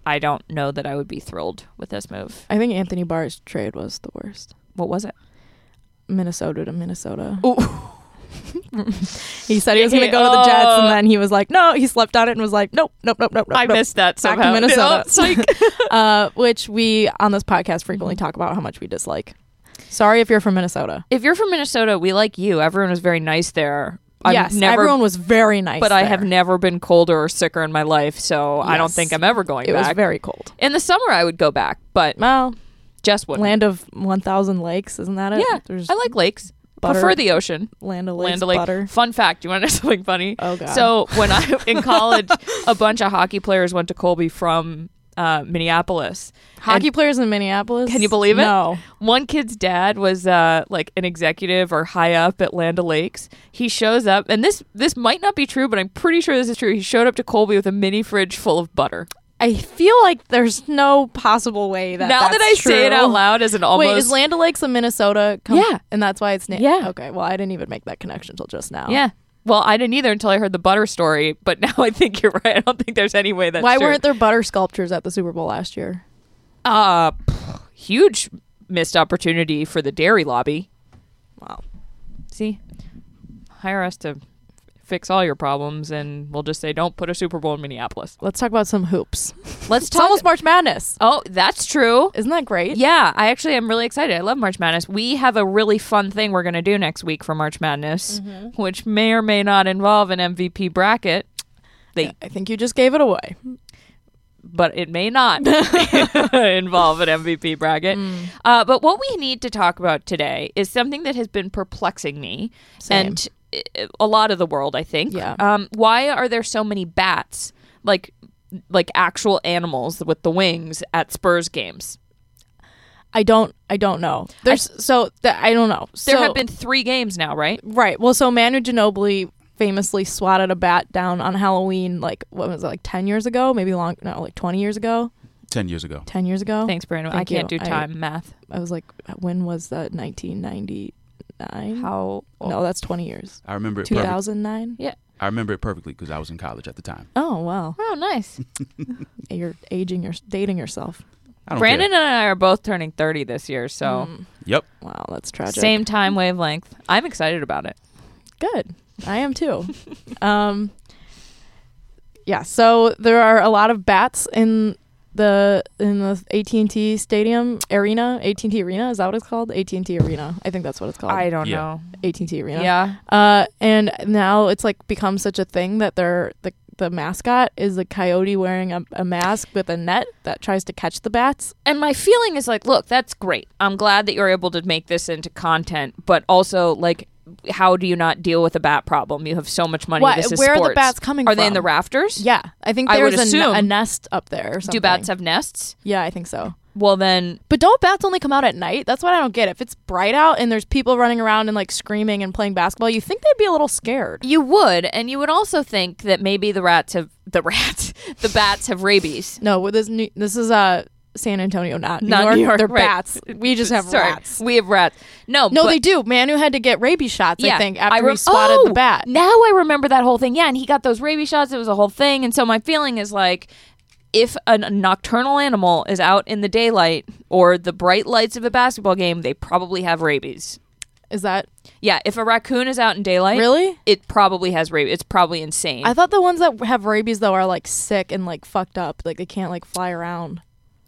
S1: I don't know that I would be thrilled with this move.
S2: I think Anthony Barr's trade was the worst.
S1: What was it?
S2: Minnesota to Minnesota.
S1: Ooh.
S2: He said he was going to go to the Jets, and then he was like, no, he slept on it and was like, nope, nope, nope, nope. nope
S1: I
S2: nope.
S1: missed that
S2: Back to
S1: somehow.
S2: Minnesota.
S1: Oh, psych.
S2: uh, which we on this podcast frequently talk about how much we dislike. Sorry if you're from Minnesota.
S1: if you're from Minnesota, we like you. Everyone was very nice there. I've
S2: yes,
S1: never,
S2: everyone was very nice,
S1: but I have
S2: there.
S1: never been colder or sicker in my life, so I don't
S2: Yes.
S1: think I'm ever going
S2: It was
S1: back.
S2: very cold.
S1: in the summer, I would go back, but
S2: Well,
S1: just wouldn't.
S2: land of one thousand lakes, isn't that it?
S1: Yeah,
S2: There's
S1: I like lakes.
S2: butter.
S1: Prefer the ocean.
S2: land of lakes,
S1: Land O'Lakes.
S2: butter.
S1: Fun fact: You want to know something funny?
S2: Oh, God.
S1: So when I in college, a bunch of hockey players went to Colby from uh, Minneapolis.
S2: Hockey players in Minneapolis.
S1: Can you believe it?
S2: No.
S1: One kid's dad was uh, like an executive or high up at Land O'Lakes. He shows up, and this this might not be true, but I'm pretty sure this is true. He showed up to Colby with a mini fridge full of butter.
S2: I feel like there's no possible way that
S1: now that
S2: that's
S1: I
S2: true.
S1: say it out loud as an almost,
S2: Wait, is Land O'Lakes in Minnesota? Com-
S1: Yeah.
S2: and that's why it's named.
S1: Yeah.
S2: Okay. Well, I didn't even make that connection till just now.
S1: yeah. Well, I didn't either until I heard the butter story, but now I think you're right. I don't think there's any way that's
S2: why
S1: true.
S2: weren't there butter sculptures at the Super Bowl last year?
S1: Uh, pff, huge missed opportunity for the dairy lobby.
S2: Wow.
S1: See, hire us to fix all your problems, and we'll just say don't put a Super Bowl in Minneapolis.
S2: Let's talk about some hoops.
S1: Let's
S2: It's almost March Madness.
S1: oh, that's true.
S2: Isn't that great?
S1: Yeah, I actually am really excited. I love March Madness. We have a really fun thing we're going to do next week for March Madness, which may or may not involve an MVP bracket,
S2: I think you just gave it away.
S1: but it may not involve an MVP bracket.
S2: Mm.
S1: Uh, but what we need to talk about today is something that has been perplexing me
S2: Same.
S1: and uh, a lot of the world, I think.
S2: Yeah.
S1: Um, why are there so many bats, like like actual animals with the wings, at Spurs games?
S2: I don't. I don't know. There's so th- I don't know.
S1: There
S2: So-
S1: have been three games now, right?
S2: right. Well, so Manu Ginobili famously swatted a bat down on Halloween. Like what was it? Like ten years ago? Maybe long. No, like twenty years ago.
S3: Ten years ago.
S2: Ten years ago.
S1: Thanks, Brandon.
S2: Oh, Thank
S1: I can't
S2: you.
S1: do
S2: I-
S1: time math.
S2: I was like, when was that? Nineteen ninety nine.
S1: How?
S2: No, that's twenty years.
S3: I remember it.
S2: Two
S3: Perfect.
S2: thousand nine.
S3: I remember it perfectly because I was in college at the time.
S2: Oh wow.
S1: Oh, nice.
S2: You're aging. You're dating yourself.
S3: I don't
S1: Brandon
S3: Care.
S1: and I are both turning 30 this year, so
S2: Mm.
S3: Yep.
S2: wow, that's tragic.
S1: same time wavelength. I'm excited about it.
S2: Good. I am too. um, yeah. So there are a lot of bats in the in the AT and T Stadium arena. AT and T Arena is that what it's called? AT and T Arena. I think that's what it's called.
S1: I don't
S3: Yeah.
S1: know.
S2: AT and T Arena.
S1: Yeah.
S2: Uh, and now it's like become such a thing that they're the the mascot is a coyote wearing a, a mask with a net that tries to catch the bats.
S1: And my feeling is like, look, that's great. I'm glad that you're able to make this into content, but also like how do you not deal with a bat problem? You have so much money.
S2: Why-
S1: This is
S2: where are the
S1: sports.
S2: bats coming
S1: Are they in
S2: from?
S1: the rafters?
S2: Yeah, I think
S1: I would
S2: there's a, n-
S1: assume.
S2: a nest up there. Or something.
S1: Do bats have nests?
S2: Yeah, I think so.
S1: Well, then
S2: But don't bats only come out at night? That's what I don't get. If it's bright out and there's people running around and like screaming and playing basketball, you think they'd be a little scared.
S1: you would, and you would also think that maybe the rats have the rats, the bats have rabies.
S2: No, with this new, this is uh San Antonio, not New
S1: Not
S2: York.
S1: New York,
S2: They're
S1: right.
S2: bats. We just have
S1: Sorry,
S2: rats.
S1: We have rats. No,
S2: No,
S1: but-
S2: they do. Manu had to get rabies shots, I think, after
S1: re-
S2: he swatted
S1: Oh!
S2: the bat.
S1: Now I remember that whole thing. Yeah, and he got those rabies shots. It was a whole thing. And so my feeling is like if a n- nocturnal animal is out in the daylight or the bright lights of a basketball game, they probably have rabies.
S2: Is that
S1: Yeah, if a raccoon is out in daylight,
S2: really?
S1: it probably has rabies. It's probably insane.
S2: I thought the ones that have rabies though are like sick and like fucked up. Like they can't like fly around.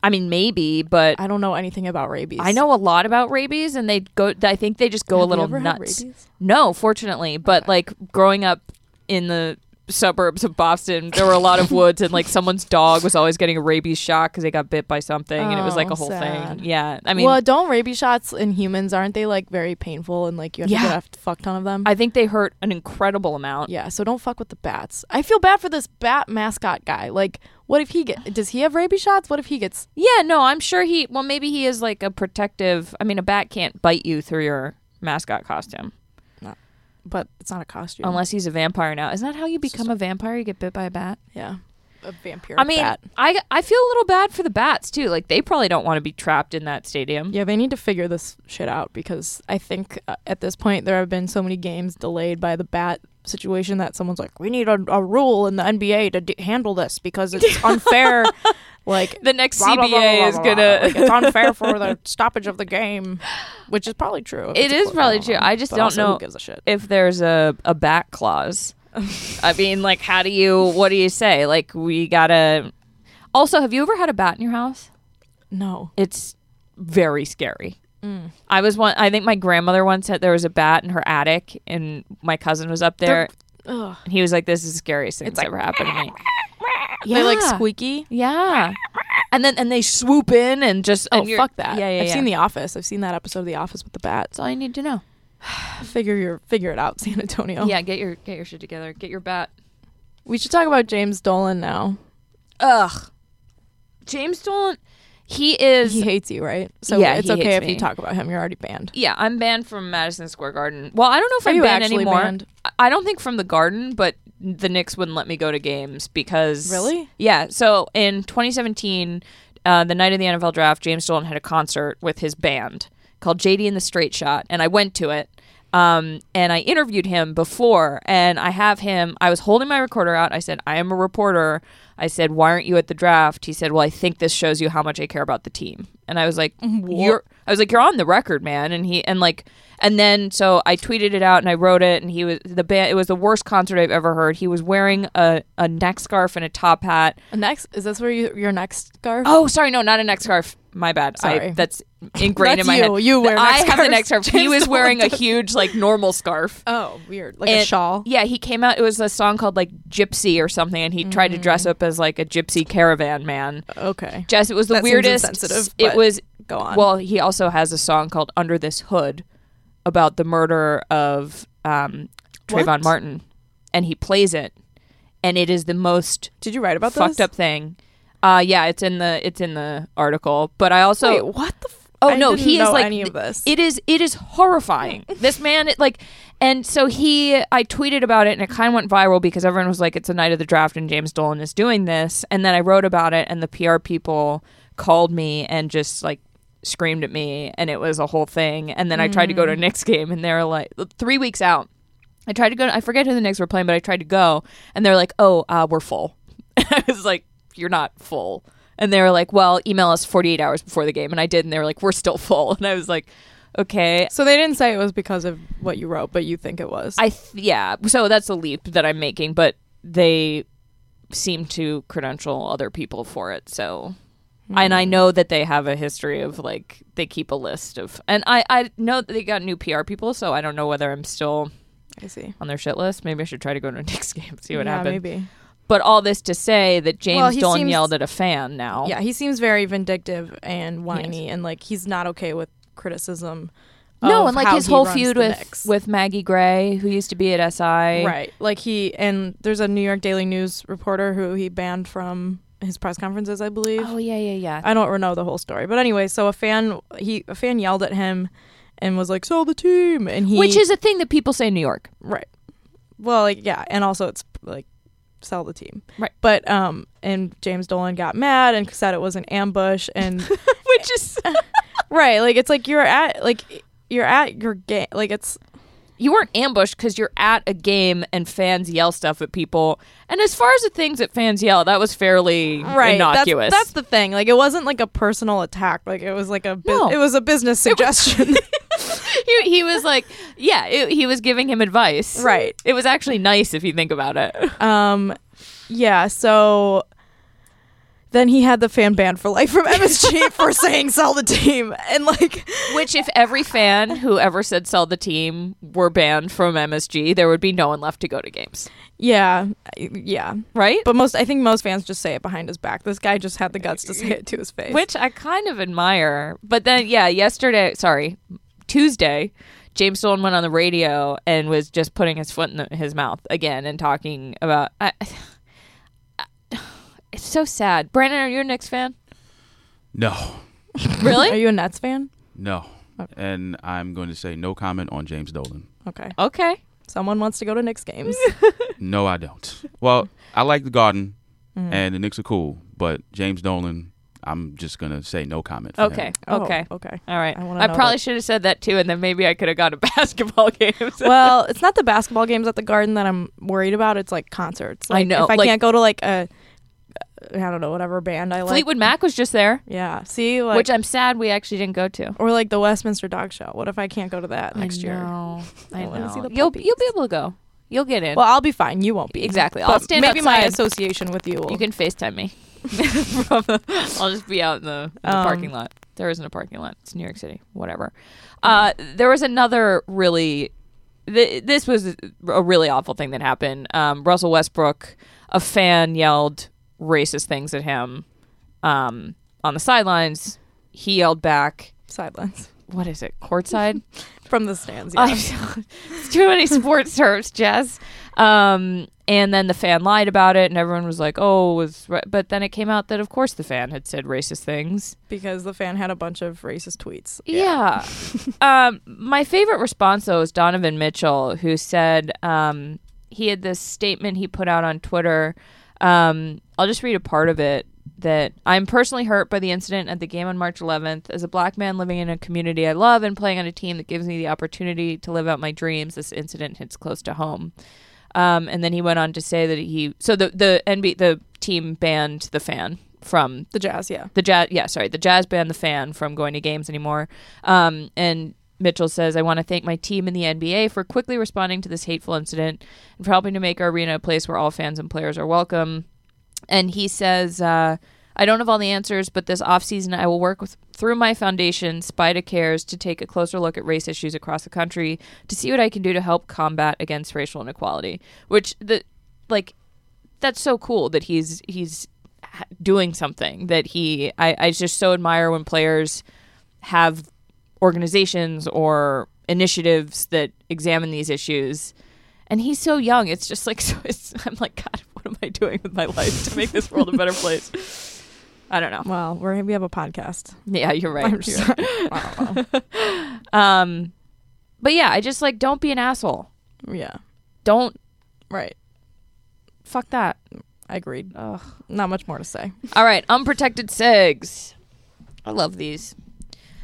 S1: I mean, maybe, but
S2: I don't know anything about rabies.
S1: I know a lot about rabies, and they go. I think they just go
S2: Have
S1: a
S2: you
S1: little
S2: ever had
S1: nuts.
S2: rabies?
S1: No, fortunately, but like growing up in the suburbs of Boston, there were a lot of woods, and like someone's dog was always getting a rabies shot because they got bit by something, and it was like
S2: Oh,
S1: a whole
S2: sad.
S1: thing. Yeah, I mean,
S2: well, don't rabies shots in humans aren't they like very painful and like you have
S1: Yeah.
S2: to get a fuck ton of them?
S1: I think they hurt an incredible amount.
S2: Yeah, so don't fuck with the bats. I feel bad for this bat mascot guy. Like, what if he get? Does he have rabies shots? What if he gets?
S1: Yeah, no, I'm sure he. Well, maybe he is like a protective. I mean, a bat can't bite you through your mascot costume
S2: But it's not a costume.
S1: unless he's a vampire now. Isn't that how you become a vampire? You get bit by a bat.
S2: yeah, a vampire.
S1: I mean,
S2: bat.
S1: I I feel a little bad for the bats too. Like they probably don't want to be trapped in that stadium.
S2: yeah, they need to figure this shit out because I think uh, at this point there have been so many games delayed by the bat situation that someone's like, we need a, a rule in the NBA to d- handle this because it's unfair Like
S1: The next CBA
S2: blah, blah, blah, blah, blah,
S1: is
S2: blah.
S1: gonna.
S2: Like, it's unfair for the stoppage of the game, which is probably true. if
S1: It
S2: it's a
S1: is
S2: quote,
S1: probably
S2: don't
S1: true.
S2: know.
S1: I just
S2: But
S1: don't
S2: also,
S1: know-
S2: who gives a shit.
S1: if there's a, a back clause. I mean, like, how do you, what do you say? Like, we gotta. Also, have you ever had a bat in your house?
S2: No,
S1: It's very scary. I was one, I think my grandmother once said there was a bat in her attic, and my cousin was up there,
S2: Ugh.
S1: and he was like, this is the scariest thing that's ever happened to me.
S2: they like
S1: Yeah.
S2: squeaky.
S1: Yeah. And then, and they swoop in and just,
S2: Oh
S1: and you're-
S2: fuck that!
S1: Yeah, yeah,
S2: I've
S1: yeah.
S2: seen The Office. I've seen that episode of The Office with the bats.
S1: That's all you need to know.
S2: Figure your figure it out, San Antonio.
S1: Yeah, get your, get your shit together. Get your bat.
S2: We should talk about James Dolan now.
S1: Ugh. James Dolan, he is.
S2: He hates you, right? So
S1: Yeah,
S2: it's
S1: he
S2: okay
S1: hates
S2: if
S1: me.
S2: you talk about him. You're already banned.
S1: Yeah, I'm banned from Madison Square Garden. Well, I don't know if
S2: Are
S1: I'm
S2: you
S1: banned
S2: actually
S1: anymore.
S2: banned?
S1: I- I don't think from the Garden, but the Knicks wouldn't let me go to games because
S2: Really?
S1: Yeah. So in 2017, uh, the night of the NFL draft, James Dolan had a concert with his band called JD and the Straight Shot, and I went to it. Um, and I interviewed him before, and I have him. I was holding my recorder out. I said, "I am a reporter." I said, "Why aren't you at the draft?" He said, "Well, I think this shows you how much I care about the team." And I was like,
S2: Mm-hmm.
S1: "You're," I was like, "You're on the record, man." And he and like, and then so I tweeted it out and I wrote it, and he was the band. It was the worst concert I've ever heard. He was wearing a a neck scarf and a top hat.
S2: Next, is this where you, your next scarf?
S1: Oh, sorry, no, not a neck scarf. My bad. I,
S2: Sorry.
S1: that's ingrained in
S2: That's
S1: my
S2: you.
S1: head.
S2: You wear
S1: I
S2: neck
S1: have the
S2: scarves.
S1: neck scarf. He
S2: James
S1: was
S2: Dolan
S1: wearing a
S2: does.
S1: huge like normal scarf.
S2: Oh, weird. Like a
S1: And-
S2: shawl.
S1: Yeah, he came out. It was a song called like Gypsy or something, and he tried to
S2: Mm-hmm.
S1: dress up as like a gypsy caravan man.
S2: Okay.
S1: Jess, it was the
S2: That seems
S1: weirdest.
S2: insensitive,
S1: it
S2: but
S1: was
S2: go on.
S1: Well, he also has a song called "Under This Hood" about the murder of um, Trayvon
S2: What?
S1: Martin, and he plays it, and it is the most
S2: Did you write about
S1: fucked
S2: this?
S1: up thing. Uh, yeah, it's in the it's in the article. But I also
S2: Wait, what the? F-
S1: Oh
S2: I
S1: no,
S2: didn't
S1: he is
S2: know
S1: like
S2: any of
S1: th-
S2: this.
S1: It is it is horrifying. this man it, like and so he I tweeted about it and it kind of went viral because everyone was like it's a night of the draft and James Dolan is doing this and then I wrote about it and the PR people called me and just like screamed at me and it was a whole thing and then I tried to go to a Knicks game and they were like 3 weeks out. I tried to go I forget who the Knicks were playing but I tried to go and they're like, "Oh, uh, we're full." I was like, "You're not full." And they were like, "Well, email us 48 hours before the game." And I did, and they were like, "We're still full." And I was like, "Okay."
S2: so they didn't say it was because of what you wrote, but you think it was.
S1: I th- yeah, so that's a leap that I'm making, but they seem to credential other people for it. So and
S2: Hmm.
S1: I know that they have a history of like they keep a list of and I I know that they got new PR people, so I don't know whether I'm still
S2: I see.
S1: on their shit list. Maybe I should try to go to a Knicks game see what
S2: yeah,
S1: happens.
S2: maybe.
S1: But all this to say that James
S2: he
S1: Dolan
S2: seems-
S1: yelled at a fan now.
S2: Yeah, he seems very vindictive and whiny, and like he's not okay with criticism.
S1: No,
S2: of
S1: and like
S2: how
S1: his
S2: he
S1: whole
S2: runs
S1: feud
S2: the
S1: with
S2: Knicks.
S1: with Maggie Gray, who used to be at SI.
S2: right, like he and there's a New York Daily News reporter who he banned from his press conferences, I believe.
S1: Oh yeah, yeah, yeah.
S2: I don't know the whole story, but anyway, so a fan he a fan yelled at him and was like, "Sell the team," and he
S1: Which is a thing that people say in New York.
S2: right. Well, like yeah, and also it's like sell the team,
S1: Right.
S2: But um, and James Dolan got mad and said it was an ambush, and
S1: Which is
S2: right, like it's like you're at like you're at your game, like it's
S1: you weren't ambushed because you're at a game and fans yell stuff at people. And as far as the things that fans yell, that was fairly
S2: right that's-
S1: innocuous.
S2: That's, the thing. Like it wasn't like a personal attack. Like it was like a bu-
S1: No.
S2: it was a business suggestion.
S1: he, he was like, yeah, it, he was giving him advice.
S2: Right.
S1: It was actually nice if you think about it.
S2: um, yeah. So then he had the fan banned for life from MSG for saying sell the team and like
S1: Which, if every fan who ever said sell the team were banned from MSG, there would be no one left to go to games.
S2: yeah yeah.
S1: Right.
S2: But most I think most fans just say it behind his back. This guy just had the guts to say it to his face.
S1: which I kind of admire. But then, yeah, yesterday, sorry, Tuesday, James Dolan went on the radio and was just putting his foot in the, his mouth again and talking about. I, I- it's so sad. Brandon, are you a Knicks fan?
S3: No,
S2: Are
S1: Really?
S2: you a Nets fan?
S3: no. And I'm going to say no comment on James Dolan.
S2: Okay.
S1: okay.
S2: Someone wants to go to Knicks games.
S3: No, I don't. Well, I like the Garden,
S2: Mm.
S3: and the Knicks are cool, but James Dolan, I'm just gonna say no comment. For him.
S1: Okay.
S2: Oh,
S1: okay.
S2: Okay.
S1: All right.
S2: I wanna
S1: I,
S2: know
S1: probably
S2: that-
S1: should have said that too, and then maybe I could have gone to basketball games.
S2: well, it's not the basketball games at the Garden that I'm worried about. It's like concerts.
S1: I
S2: Like,
S1: know,
S2: If I
S1: like-
S2: can't go to like a I don't know whatever band I like.
S1: Fleetwood Mac was just there,
S2: Yeah. See, like
S1: which I'm sad we actually didn't go to.
S2: or like the Westminster Dog Show. What if I can't go to that next
S1: I
S2: year?
S1: know. I
S2: I wanna
S1: know.
S2: see the
S1: you'll
S2: puppies.
S1: you'll be able to go. You'll get in.
S2: Well, I'll be fine. You won't be
S1: Exactly.
S2: But
S1: I'll stand
S2: Maybe my
S1: outside.
S2: association with you. Will.
S1: you can FaceTime me. From the- I'll just be out in the, in the
S2: Um,
S1: parking lot. There isn't a parking lot. It's New York City. Whatever. Uh, there was another really. Th- this was a really awful thing that happened. Um, Russell Westbrook, a fan yelled racist things at him um, on the sidelines. He yelled back.
S2: silence
S1: What is it? Courtside.
S2: from the stands. Yeah.
S1: I'm it's too many sports terms, Jess. Um, and then the fan lied about it, and everyone was like, "Oh, it was." Right. But then it came out that, of course, the fan had said racist things.
S2: because the fan had a bunch of racist tweets.
S1: Yeah. um, my favorite response though was Donovan Mitchell, who said um, he had this statement he put out on Twitter. Um, I'll just read a part of it. That I'm personally hurt by the incident at the game on March 11th. As a black man living in a community I love and playing on a team that gives me the opportunity to live out my dreams, this incident hits close to home. Um, and then he went on to say that he so the the NB the team banned the fan from
S2: The Jazz, yeah.
S1: the jazz yeah sorry the jazz band the fan from going to games anymore um, and mitchell says i want to thank my team in the nba for quickly responding to this hateful incident and for helping to make our arena a place where all fans and players are welcome and he says uh, i don't have all the answers but this offseason i will work with through my foundation spida cares to take a closer look at race issues across the country to see what i can do to help combat against racial inequality which the like that's so cool that he's he's ha- doing something that he I, I just so admire when players have organizations or initiatives that examine these issues and he's so young it's just like so it's, i'm like god what am i doing with my life to make this world a better place i don't know
S2: Well, we're, we have a podcast.
S1: yeah you're right
S2: I'm
S1: You're
S2: sorry. Wow, wow.
S1: right. um but yeah i just like don't be an asshole
S2: yeah,
S1: don't
S2: right.
S1: fuck that
S2: I agreed.
S1: Ugh.
S2: Not much more to say.
S1: All right, unprotected segs. I love these.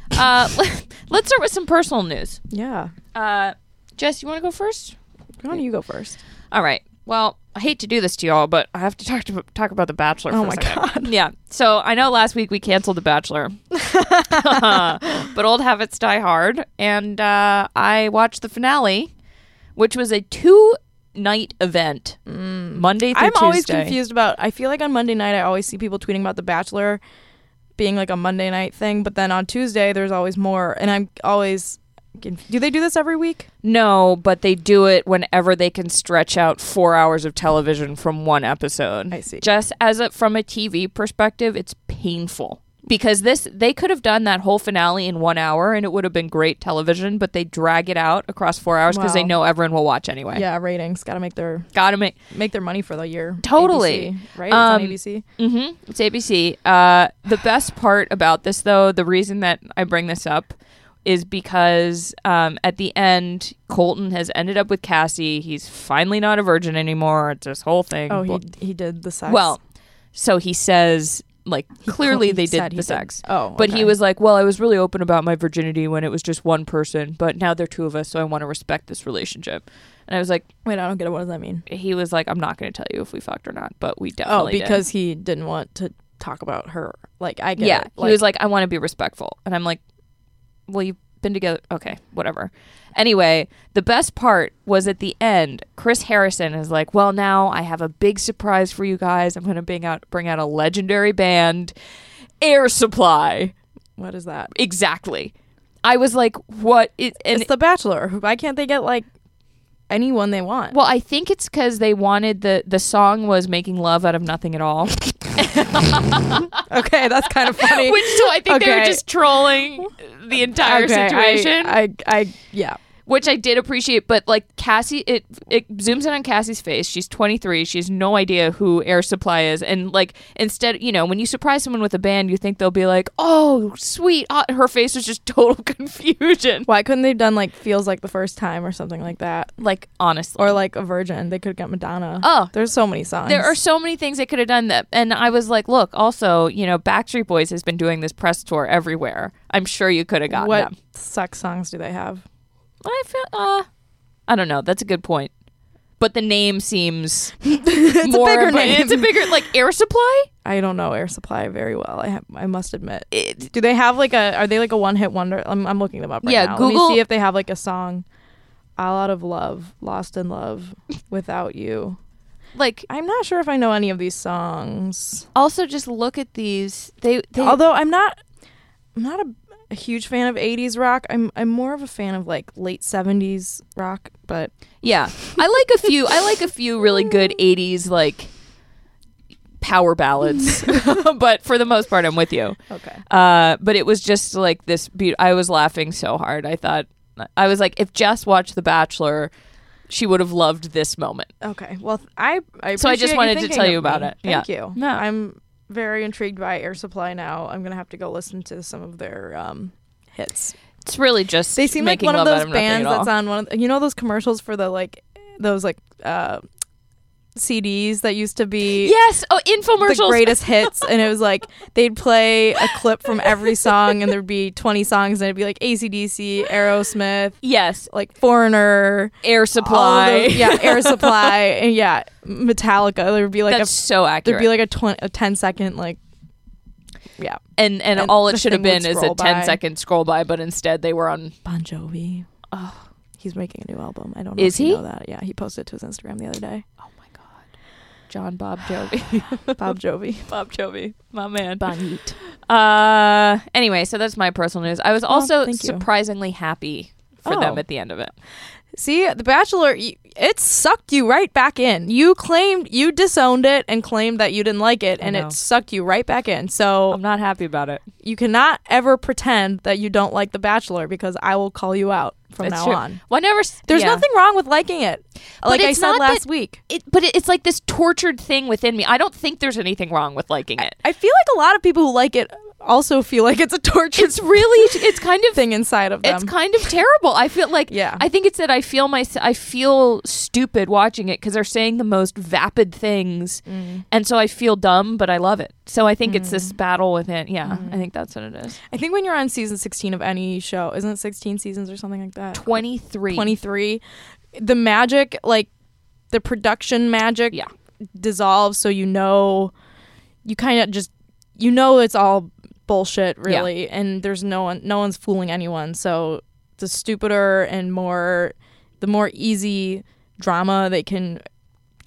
S1: Uh, let's start with some personal news.
S2: Yeah.
S1: Uh, Jess, you want to go first?
S2: Why don't you go first?
S1: All right. Well, I hate to do this to y'all, but I have to talk to talk about The Bachelor.
S2: Oh
S1: for a
S2: my
S1: second. Yeah. So I know last week we canceled The Bachelor, but old habits die hard, and uh, I watched the finale, which was a two night event, Monday through
S2: I'm
S1: Tuesday.
S2: always confused about. I feel like on Monday night, I always see people tweeting about The Bachelor being like a Monday night thing, but then on Tuesday, there's always more, and I'm always. conf- Do they do this every week?
S1: No, but they do it whenever they can stretch out four hours of television from one episode.
S2: I see.
S1: Just as a, from a TV perspective, it's painful because this they could have done that whole finale in one hour and it would have been great television, but they drag it out across four hours because they
S2: Wow.
S1: know everyone will watch anyway.
S2: Yeah, ratings. Got to make their
S1: Gotta make
S2: make their money for the year.
S1: Totally.
S2: ABC, right?
S1: Um,
S2: it's on ABC.
S1: Mm-hmm. It's ABC. Uh, the best part about this, though, the reason that I bring this up is because um, at the end, Colton has ended up with Cassie. He's finally not a virgin anymore. It's this whole thing.
S2: Oh,
S1: Well-
S2: he he did the sex.
S1: well, so he says, like, clearly
S2: he
S1: they
S2: said
S1: did
S2: he
S1: the
S2: did.
S1: sex.
S2: Oh,
S1: But
S2: okay.
S1: he was like, well, I was really open about my virginity when it was just one person, but now they're two of us, so I want to respect this relationship. And I was like,
S2: Wait, I don't get it. What does that mean?
S1: he was like, I'm not going to tell you if we fucked or not, but we
S2: Oh,
S1: definitely did.
S2: because he didn't want to talk about her. Like I get
S1: yeah
S2: it.
S1: he was like i want to be respectful and i'm like well you've been together okay whatever anyway the best part was at the end chris harrison is like well now i have a big surprise for you guys i'm gonna bring out bring out a legendary band air supply
S2: what is that?
S1: exactly i was like what is and
S2: it's The Bachelor. Why can't they get like anyone they want?
S1: well i think it's because they wanted the the song was making love out of nothing at all
S2: okay, that's kind of funny.
S1: which so i think they were
S2: Okay.
S1: just trolling the entire
S2: Okay, I-
S1: situation
S2: I, I, yeah.
S1: which I did appreciate. But like Cassie, it it zooms in on Cassie's face. She's 23. She has no idea who Air Supply is, and like instead, you know, when you surprise someone with a band, you think they'll be like, "Oh, sweet." ah," Her face was just total confusion.
S2: Why couldn't they have done like feels like the first time or something like that,
S1: Like honestly,
S2: or like a Virgin? They could get Madonna.
S1: Oh.
S2: there's so many songs.
S1: there are so many things they could have done that. And I was like, look, also, you know, Backstreet Boys has been doing this press tour everywhere. I'm sure you could have gotten
S2: what
S1: them.
S2: sex songs do they have?
S1: I feel, uh, I don't know. That's a good point. but the name seems
S2: it's
S1: more
S2: a bigger
S1: impo-
S2: name.
S1: It's a bigger like air supply.
S2: I don't know Air Supply very well. I have, I must admit. Do they have like a? Are they like a one hit wonder? I'm, I'm looking them up right
S1: Yeah,
S2: now. Let
S1: Google-
S2: me see if they have like a song. All out of love, lost in love, without you.
S1: Like
S2: I'm not sure if I know any of these songs.
S1: also just look at these. They, they
S2: Although I'm not, I'm not a, a huge fan of '80s rock. I'm I'm more of a fan of like late '70s rock. But
S1: Yeah. I like a few I like a few really good 80s like power ballads. but for the most part I'm with you.
S2: okay,
S1: Uh but it was just like this be- I was laughing so hard. I thought I was like if Jess watched The Bachelor she would have loved this moment.
S2: okay. Well, th- I I
S1: So I just
S2: appreciate you
S1: wanted to
S2: thinking
S1: tell
S2: of
S1: you about
S2: me.
S1: it.
S2: Thank
S1: Yeah.
S2: you.
S1: No.
S2: I'm very intrigued by Air Supply now. I'm gonna have to go listen to some of their um, hits.
S1: It's really just
S2: They seem like
S1: making
S2: one of
S1: love out
S2: those
S1: nothing
S2: bands
S1: at all.
S2: that's on one of you know those commercials for the like those like uh, CDs that used to be
S1: Yes, oh infomercials.
S2: the greatest hits and it was like they'd play a clip from every song and there'd be 20 songs and it'd be like acdc aerosmith
S1: Yes,
S2: like foreigner
S1: air
S2: all
S1: supply.
S2: of those- yeah air supply and yeah metallica there would be like
S1: that's
S2: a
S1: so accurate.
S2: there'd be like a, 20, a 10 second like yeah
S1: and, and
S2: and
S1: all it
S2: the
S1: should have
S2: thing would
S1: been is a
S2: scroll
S1: 10-second
S2: by.
S1: scroll by, but instead they were on
S2: bon jovi
S1: Oh.
S2: he's making a new album i don't know
S1: Is
S2: if you
S1: he?
S2: know that yeah he posted to his instagram the other day
S1: Oh my god. John Bob Jovi.
S2: bob jovi
S1: Bob Jovi, my man.
S2: Bonit.
S1: Uh anyway, so that's my personal news. I was also
S2: thank you.
S1: surprisingly happy for
S2: Oh.
S1: them at the end of it.
S2: See, The Bachelor, y- it sucked you right back in. You claimed you disowned it and claimed that you didn't like it,
S1: I
S2: and
S1: know.
S2: it sucked you right back in. So
S1: I'm not happy about it.
S2: you cannot ever pretend that you don't like The Bachelor because I will call you out from
S1: It's
S2: now
S1: true.
S2: on.
S1: Whenever s-
S2: There's
S1: yeah.
S2: nothing wrong with liking it, like I
S1: it's
S2: said
S1: not
S2: last
S1: that-
S2: week.
S1: it, but it, it's like this tortured thing within me. I don't think there's anything wrong with liking it.
S2: I feel like a lot of people who like it also feel like it's a torture.
S1: It's really it's kind of
S2: thing inside of them.
S1: It's kind of terrible. I feel like
S2: Yeah.
S1: I think it's that I feel my I feel stupid watching it because they're saying the most vapid things,
S2: Mm.
S1: and so I feel dumb, but I love it. So I think it's this battle within. Yeah, I think that's what it is.
S2: I think when you're on season 16 of any show, isn't it 16 seasons or something like that?
S1: Twenty three.
S2: 23 the magic like the production magic
S1: Yeah.
S2: dissolves so you know you kind of just you know it's all bullshit really and there's no one no one's fooling anyone so the stupider and more the more easy drama they can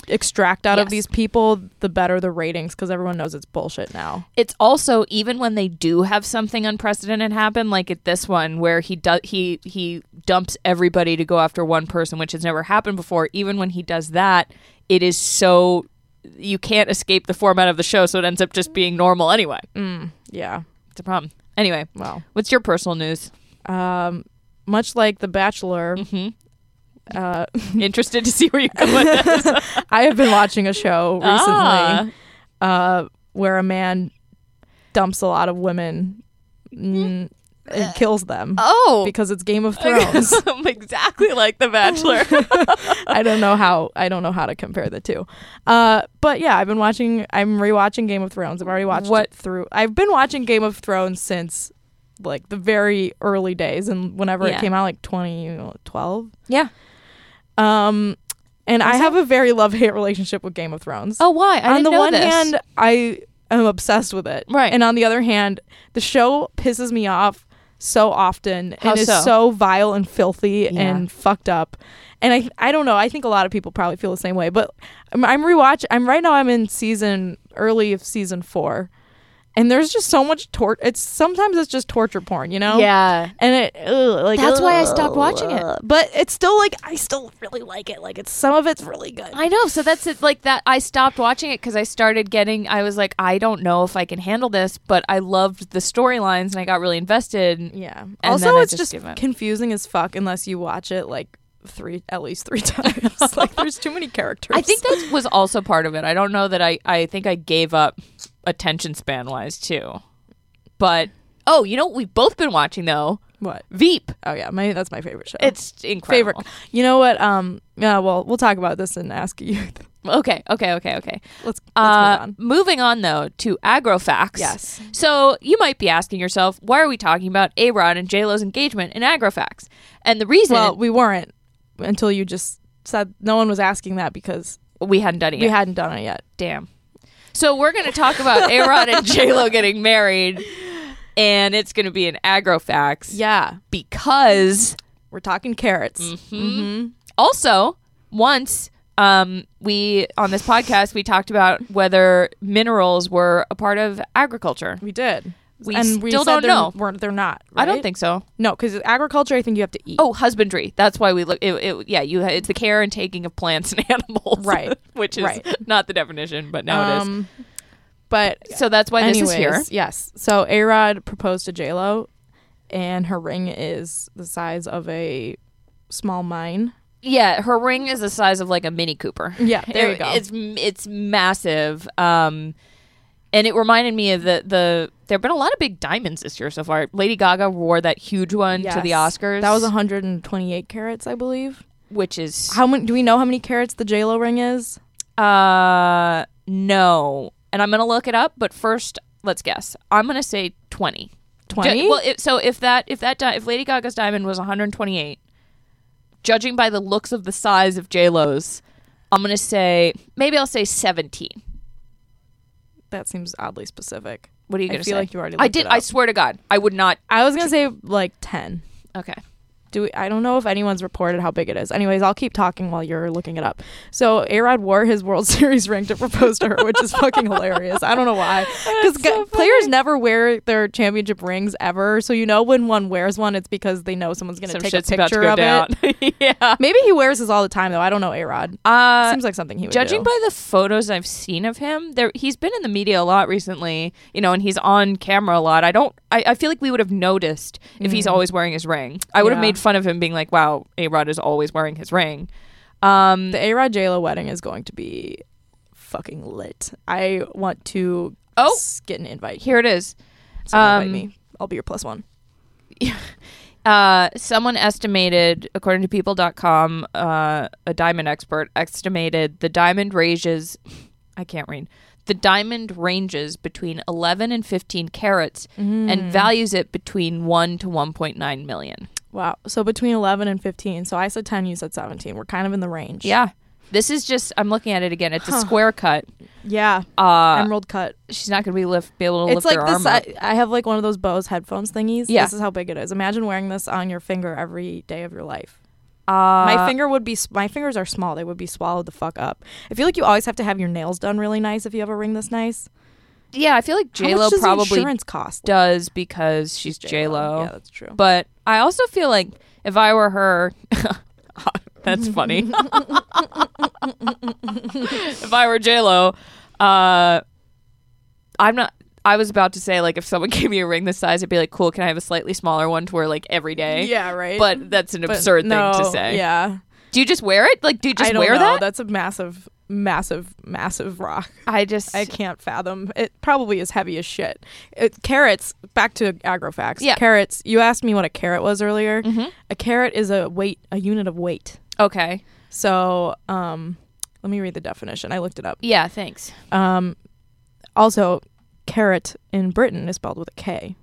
S2: extract out of
S1: Yes.
S2: these people the better the ratings because everyone knows it's bullshit now
S1: It's also even when they do have something unprecedented happen, like at this one where he does he he dumps everybody to go after one person, which has never happened before. Even when he does that, it is so. You can't escape the format of the show, so it ends up just being normal anyway. Mm.
S2: yeah
S1: It's a problem. Anyway,
S2: well
S1: what's your personal news?
S2: um much like the bachelor uh
S1: Mm-hmm. Interested to see where you go with this.
S2: I have been watching a show recently
S1: Ah.
S2: uh, where a man dumps a lot of women mm, and kills them
S1: Hmm. Oh,
S2: because it's Game of Thrones.
S1: I'm exactly like The Bachelor.
S2: I don't know how I don't know how to compare the two. Uh, but yeah, I've been watching. I'm rewatching Game of Thrones. I've already watched
S1: What-
S2: it through. I've been watching Game of Thrones since like the very early days and whenever
S1: Yeah.
S2: it came out, like 2012.
S1: yeah.
S2: Um, and I
S1: Was
S2: have a very love hate relationship with Game of Thrones.
S1: Oh, why? I
S2: on
S1: didn't
S2: the
S1: know
S2: one
S1: this.
S2: hand, I am obsessed with it.
S1: Right.
S2: And on the other hand, the show pisses me off so often
S1: How
S2: and
S1: so?
S2: is so vile and filthy
S1: Yeah.
S2: and fucked up. And I I don't know. I think a lot of people probably feel the same way. But I'm, I'm rewatch. I'm right now. I'm in season early of season four, and there's just so much tort. It's sometimes it's just torture porn, you know.
S1: yeah.
S2: And it ugh, like
S1: That's why I
S2: ugh,
S1: stopped watching it.
S2: But it's still like I still really like it. Like it's some of it's really good.
S1: I know. So that's it. Like that, I stopped watching it because I started getting. I was like, I don't know if I can handle this, but I loved the storylines and I got really invested.
S2: Yeah.
S1: And
S2: also,
S1: then I
S2: it's
S1: just
S2: just,
S1: give up.
S2: confusing as fuck unless you watch it like three, at least three times. like, there's too many characters.
S1: I think that was also part of it. I don't know that I. I think I gave up attention span wise too, but oh, you know, what we've both been watching though.
S2: what?
S1: Veep.
S2: Oh yeah, my that's my favorite show.
S1: It's incredible.
S2: favorite. You know what? Um. Yeah. Well, we'll talk about this in Ask a Youth.
S1: Okay, okay, okay, okay.
S2: Let's, let's
S1: Uh,
S2: move on.
S1: Moving on though to AgroFacts.
S2: Yes.
S1: So you might be asking yourself, why are we talking about A Rod and J Lo's engagement in AgroFacts? And the reason,
S2: Well, we weren't until you just said no one was asking that because
S1: We hadn't done it
S2: we
S1: yet.
S2: hadn't done it yet.
S1: Damn. So we're gonna talk about Aaron and J Lo getting married, and it's gonna be an aggro facts
S2: Yeah,
S1: because
S2: we're talking carrots. Mm-hmm.
S1: also once um, we on this podcast we talked about whether minerals were a part of agriculture.
S2: We did.
S1: We
S2: and we
S1: still
S2: said
S1: don't
S2: they're,
S1: know.
S2: Weren't they're not?
S1: I don't
S2: right?
S1: think so.
S2: no because agriculture. I think you have to eat.
S1: Oh, husbandry. That's why we look. It, it, yeah, you. It's the care and taking of plants and animals,
S2: Right.
S1: which is
S2: Right.
S1: not the definition, but now it
S2: um, But
S1: is. So that's why this is here.
S2: Anyways, Yes. So A Rod proposed to J Lo, and her ring is the size of a small mine.
S1: Yeah, her ring is the size of like a Mini Cooper.
S2: Yeah, there you
S1: It-
S2: go.
S1: It's it's massive. Um, and it reminded me of the the. There've been a lot of big diamonds this year so far. Lady Gaga wore that huge one to the
S2: Yes.
S1: Oscars.
S2: That was 128 carats, I believe.
S1: which is
S2: How many? Do we know how many carats the J Lo ring is?
S1: uh no. And I'm gonna look it up, but first let's guess. I'm gonna say twenty. Ju-
S2: 20?
S1: Well, if, so if that if that di- if Lady Gaga's diamond was 128, judging by the looks of the size of J Lo's, I'm gonna say maybe I'll say 17.
S2: That seems oddly specific.
S1: What are you
S2: I
S1: gonna
S2: feel
S1: say?
S2: like you already
S1: I
S2: looked
S1: did.
S2: it
S1: I
S2: up.
S1: swear to God, I would not.
S2: I was gonna say like 10.
S1: Okay.
S2: Do we, I don't know if anyone's reported how big it is. Anyways, I'll keep talking while you're looking it up. So A Rod wore his World Series ring to propose to her, which is fucking hilarious. I don't know why, because players never wear their championship rings ever. So you know when one wears one, it's because they know someone's gonna
S1: Some
S2: take a
S1: shit's about to
S2: picture
S1: go
S2: of
S1: down.
S2: it.
S1: yeah.
S2: Maybe he wears this all the time though. I don't know. A Rod
S1: Uh,
S2: seems like something he would
S1: judging
S2: do.
S1: by the photos I've seen of him, there he's been in the media a lot recently, you know, and he's on camera a lot. I don't I, I feel like we would have noticed if he's always wearing his ring. I would have
S2: Mm. Yeah.
S1: made fun of him being like, Wow, A Rod is always wearing his ring. Um
S2: The A Rod J Lo wedding is going to be fucking lit. I want to
S1: Oh.
S2: s- get an invite.
S1: here it is.
S2: Someone
S1: Um,
S2: invite me. I'll be your plus one.
S1: Uh, someone estimated, according to people.com, uh, a diamond expert estimated the diamond ranges, I can't read, the diamond ranges between 11 and 15 carats
S2: Hmm.
S1: and values it between 1 to 1.9 million.
S2: Wow. So between 11 and 15. So I said 10, you said 17. We're kind of in the range.
S1: Yeah. This is just, I'm looking at it again. It's a square cut.
S2: Yeah.
S1: Uh,
S2: Emerald cut.
S1: she's not going to be, lift, be able to
S2: It's
S1: lift
S2: like
S1: her
S2: this.
S1: arm up.
S2: I, I have like one of those Bose headphones thingies.
S1: Yeah.
S2: This is how big it is. Imagine wearing this on your finger every day of your life.
S1: Uh,
S2: my finger would be. s- My fingers are small. They would be swallowed the fuck up. I feel like you always have to have your nails done really nice if you have a ring this nice.
S1: yeah, I feel like
S2: How
S1: J-Lo
S2: much does the
S1: probably
S2: insurance cost?
S1: does because she's J-Lo.
S2: Yeah, that's true.
S1: But I also feel like if I were her, that's funny. if I were J Lo, uh, I'm not. I was about to say like if someone gave me a ring this size, I'd be like, cool. Can I have a slightly smaller one to wear like every day?
S2: Yeah, right.
S1: But that's an
S2: But
S1: absurd thing to
S2: no,
S1: say.
S2: Yeah,
S1: Do you just wear it? Like, do you just
S2: I don't
S1: wear
S2: know.
S1: that?
S2: That's a massive, massive, massive rock.
S1: I just.
S2: I Mm-hmm. can't fathom. It probably is heavy as shit. It, carrots. Back to agrofax.
S1: Yeah. Mm-hmm.
S2: Carrots. You asked me what a carrot was earlier. A carrot is a weight, a unit of weight.
S1: okay.
S2: So, um, let me read the definition. I looked it up.
S1: Yeah. Thanks.
S2: Um, also, carrot in Britain is spelled with a K.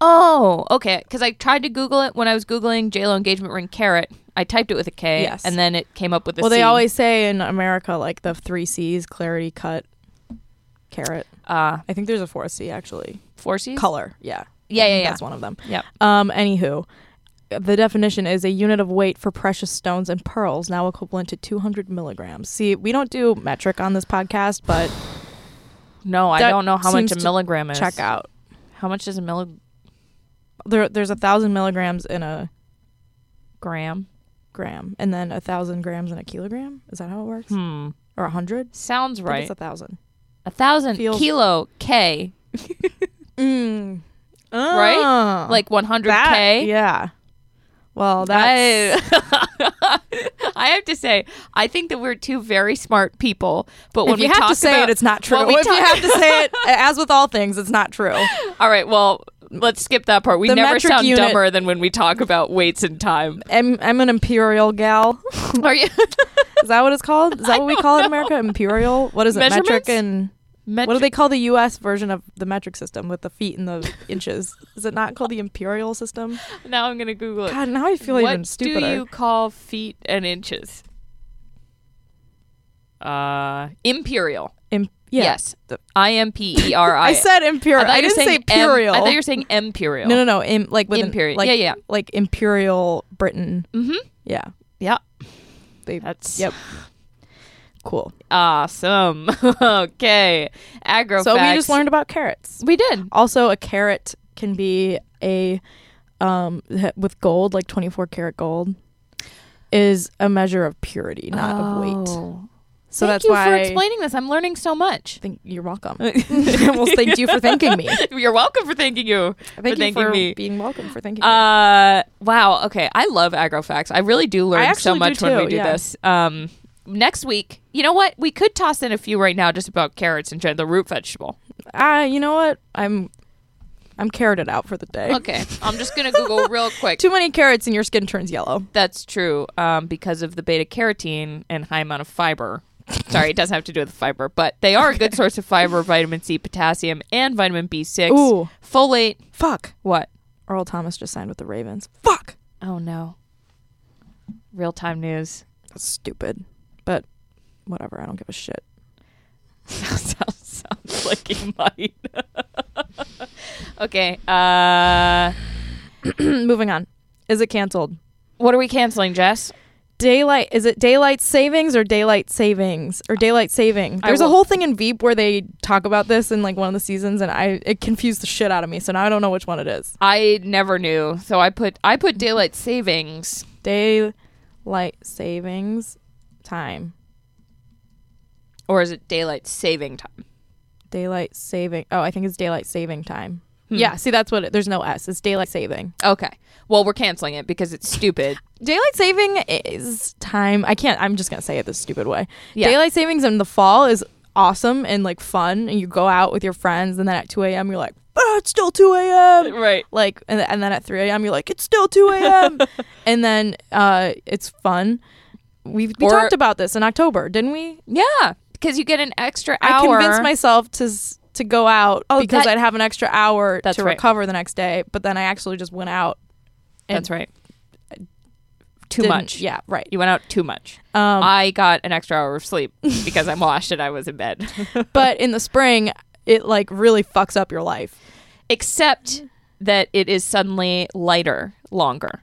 S1: Oh, okay. Because I tried to Google it when I was googling J Lo engagement ring carrot. I typed it with a K,
S2: Yes.
S1: and then it came up with a
S2: well, they
S1: C.
S2: always say in America like the three C's: clarity, cut, carrot.
S1: uh,
S2: I think there's a fourth C actually.
S1: four C's.
S2: color. Yeah.
S1: Yeah,
S2: I think
S1: yeah, yeah.
S2: That's one of them.
S1: Yep.
S2: Um, anywho, the definition is a unit of weight for precious stones and pearls, now equivalent to 200 milligrams. See, we don't do metric on this podcast, but
S1: No, I
S2: That
S1: don't know how much
S2: seems
S1: a
S2: to
S1: milligram is.
S2: check out.
S1: How much is a milligram?
S2: There, there's a thousand milligrams in a gram, and then a thousand grams in a kilogram. Is that how it works?
S1: Hmm.
S2: Or a hundred?
S1: Sounds
S2: I think
S1: right.
S2: It's a thousand.
S1: a thousand
S2: feels-
S1: kilo K,
S2: Mm.
S1: Right?
S2: Oh.
S1: like 100
S2: that,
S1: K.
S2: Yeah. Well, that's
S1: I, I have to say, I think that we're two very smart people. But when
S2: if you
S1: we
S2: have
S1: talk
S2: to say
S1: about,
S2: it, it's not true.
S1: when we
S2: if you
S1: talk-
S2: have to say it, as with all things, it's not true.
S1: all right, well, let's skip that part. We
S2: The
S1: never
S2: metric
S1: sound
S2: unit-
S1: dumber than when we talk about weights and time.
S2: I'm I'm an imperial gal.
S1: Are you
S2: Is that what it's called? Is that what we call it in America? Imperial? What is it? Metric
S1: Measurements?
S2: and what do they call the U.S. version of the metric system with the feet and the inches? Is it not called the imperial system?
S1: Now I'm gonna Google it.
S2: God, now I feel
S1: what
S2: even stupider.
S1: do you call feet and inches? uh, Imperial.
S2: Im- yeah.
S1: Yes, the I M P E R I.
S2: I said imperial.
S1: thought
S2: I,
S1: you were
S2: didn't say
S1: saying em-
S2: imperial.
S1: I thought you were saying imperial.
S2: no, no, no. Im- like with an-
S1: Imperial.
S2: like,
S1: Yeah, yeah.
S2: Like imperial Britain.
S1: Mm-hmm.
S2: Yeah.
S1: Yeah.
S2: They.
S1: That's
S2: Yep. Cool.
S1: awesome. okay, agro.
S2: so we
S1: facts.
S2: just learned about carrots.
S1: We did.
S2: Also, a carrot can be a um h- with gold, like twenty four karat gold, is a measure of purity, not
S1: Oh.
S2: of weight. So
S1: Thank
S2: that's
S1: you
S2: why
S1: for explaining this. I'm learning so much.
S2: I think you're welcome. well, thank you for thanking me.
S1: You're welcome for thanking you.
S2: Thank you
S1: thanking
S2: for
S1: me.
S2: being welcome. For thanking me.
S1: Uh, wow. Okay, I love agro facts. I really do
S2: I
S1: learn
S2: actually
S1: so
S2: do
S1: much when we
S2: too,
S1: do
S2: yeah.
S1: this. Um, next week, you know what? We could toss in a few right now, just about carrots and gen- the root vegetable.
S2: Ah, you know what? I'm I'm carroted out for the day.
S1: Okay, I'm just gonna Google real quick.
S2: Too many carrots and your skin turns yellow.
S1: That's true um, because of the beta carotene and high amount of fiber. Sorry, it doesn't have to do with the fiber, but they are a good source of fiber, vitamin C, potassium, and vitamin B6.
S2: Ooh.
S1: Folate.
S2: Fuck.
S1: What?
S2: Earl Thomas just signed with the Ravens. Fuck.
S1: Oh, no. Real time news.
S2: That's stupid. But whatever, I don't give a shit.
S1: sounds, sounds like he might. okay. Uh,
S2: Moving on. Is it canceled?
S1: what are we canceling, Jess?
S2: Daylight is it daylight savings or daylight savings or daylight saving?
S1: I
S2: There's a
S1: will-
S2: whole thing in Veep where they talk about this in like one of the seasons and I it confused the shit out of me, so now I don't know which one it is.
S1: I never knew, so I put I put daylight savings.
S2: Daylight savings time.
S1: Or is it daylight saving time?
S2: Daylight saving. Oh, I think it's daylight saving time.
S1: Hmm.
S2: Yeah, see, that's what it, there's no S. It's daylight saving.
S1: Okay. Well, we're canceling it because it's stupid.
S2: Daylight saving is time. I can't, I'm just going to say it this stupid way.
S1: Yeah.
S2: Daylight savings in the fall is awesome and like fun. And you go out with your friends, and then at 2 a.m., you're like, ah, it's still 2 a.m.
S1: Right.
S2: Like, and, and then at 3 a.m., you're like, it's still 2 a.m. and then uh, it's fun. We've, we
S1: Or-
S2: talked about this in October, didn't we?
S1: Yeah, because you get an extra
S2: I
S1: hour. Oh,
S2: convinced myself to s- to go out because
S1: that-
S2: I'd have an extra hour
S1: That's
S2: to
S1: right.
S2: recover the next day. But then I actually just went out. and
S1: That's right. Too
S2: didn't-
S1: much.
S2: Yeah, right.
S1: You went out too much.
S2: Um,
S1: I got an extra hour of sleep because I'm washed and I was in bed.
S2: but in the spring, it like really fucks up your life.
S1: Except that it is suddenly lighter longer.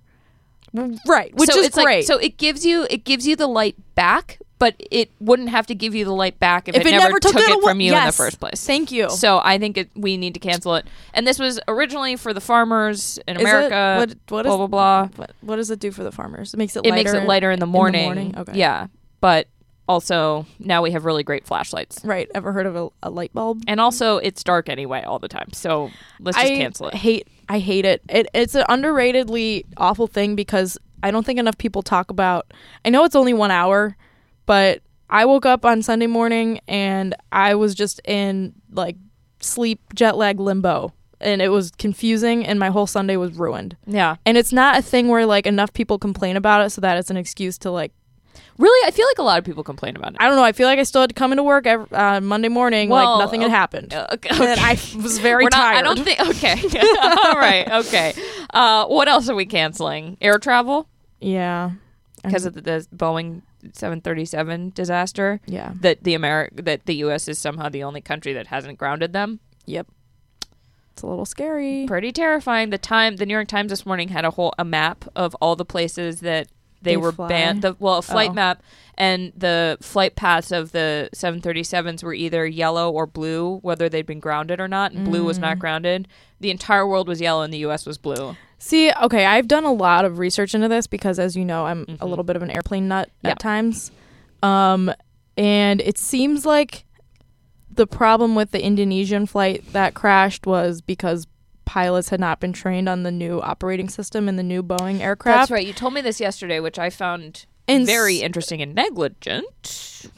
S2: Right, which
S1: so
S2: is
S1: it's
S2: great.
S1: Like, so it gives you it gives you the light back, but it wouldldn't have to give you the light back if, it, never, took, it,
S2: awa-
S1: from you in the
S2: Yes.
S1: first place.
S2: Thank you.
S1: So I think it, we need to cancel it. And this was originally for the farmers in
S2: Is it-
S1: America.
S2: what, what is-
S1: blah blah blah.
S2: What, what does it do for the farmers? It makes it
S1: it
S2: lighter.
S1: makes it lighter in the morning.
S2: morning? Okay.
S1: Yeah, but also now we have really great flashlights,
S2: Right. Ever heard of a, a light bulb?
S1: and also it's dark anyway all the time. So let's just
S2: I
S1: cancel it.
S2: Hate I hate it. it. It's an underratedly awful thing because I don't think enough people talk about. I know it's only one hour, but I woke up on Sunday morning and I was just in like sleep jet lag limbo, and it was confusing, and my whole Sunday was ruined.
S1: Yeah,
S2: And it's not a thing where like enough people complain about it, so that it's an excuse to like
S1: really, I feel like a lot of people complain about it.
S2: I don't know. I feel like I still had to come into work ev uh, Monday morning
S1: Well,
S2: like nothing had
S1: okay.
S2: happened.
S1: Okay.
S2: And I was very
S1: We're not,
S2: tired.
S1: I don't think. Okay. all right. Okay. Uh, what else are we canceling? Air travel
S2: yeah.
S1: because
S2: Mm-hmm.
S1: of the, the Boeing 737 disaster.
S2: Yeah.
S1: That the Ameri- that the U.S. is somehow the only country that hasn't grounded them.
S2: Yep. It's a little scary.
S1: pretty terrifying. The time the New York Times this morning had a whole a map of all the places that they,
S2: They
S1: were
S2: fly?
S1: banned. The, well, a flight
S2: Oh.
S1: map and the flight paths of the 737s were either yellow or blue, whether they'd been grounded or not. And blue was
S2: Mm.
S1: not grounded. The entire world was yellow, and the U.S. was blue.
S2: See, okay, I've done a lot of research into this because as you know, I'm a little bit of an airplane nut
S1: Mm-hmm. Yeah.
S2: at times. Um and it seems like the problem with the Indonesian flight that crashed was because pilots had not been trained on the new operating system in the new Boeing aircraft.
S1: That's right. You told me this yesterday, which I found
S2: And s-
S1: very interesting and negligent.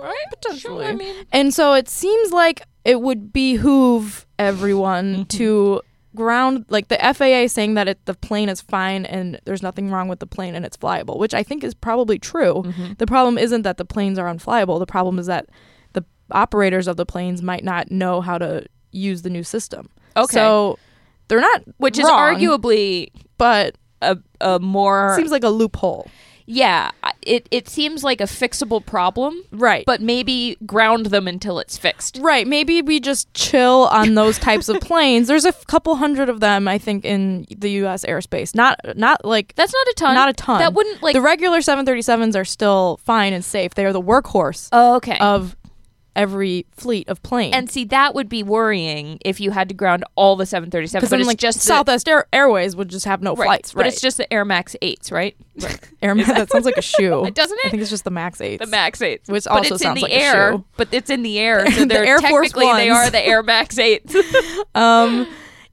S1: Right? Potentially. I mean,
S2: And so it seems like it would behoove
S1: Mm-hmm.
S2: everyone to ground like the FAA saying that it, the plane is fine and there's nothing wrong with the plane and it's flyable, which I think is probably true.
S1: Mm-hmm.
S2: The problem isn't that the planes are unflyable. The problem is that the operators of the planes might not know how to use the new system.
S1: Okay.
S2: So they're not
S1: which is
S2: wrong,
S1: arguably
S2: but
S1: a, a more
S2: seems like a loophole.
S1: yeah, I- it it seems like a fixable problem,
S2: Right.
S1: but maybe ground them until it's fixed.
S2: Right. Maybe we just chill on those types of planes. There's a f- couple hundred of them, I think, in the U.S. airspace. Not not like
S1: That's not a ton.
S2: not a ton.
S1: That wouldn't like.
S2: the regular 737s are still fine and safe. They are the workhorse
S1: oh, okay.
S2: of every fleet of planes.
S1: and see, that would be worrying if you had to ground all the 737s.
S2: because
S1: but
S2: then,
S1: it's
S2: like
S1: just the-
S2: Southwest Air- Airways would just have no
S1: right,
S2: flights.
S1: But
S2: right.
S1: it's just the Air Max 8s, right?
S2: Air Max. that sounds like a shoe.
S1: Doesn't
S2: I
S1: it?
S2: think it's just the Max Eight.
S1: The Max 8s.
S2: Which
S1: but
S2: also
S1: it's
S2: sounds
S1: in the
S2: like a
S1: air,
S2: shoe.
S1: But it's in the air. So
S2: The
S1: they're
S2: Air Force
S1: technically they
S2: Ones.
S1: are the Air Max 8s.
S2: Um,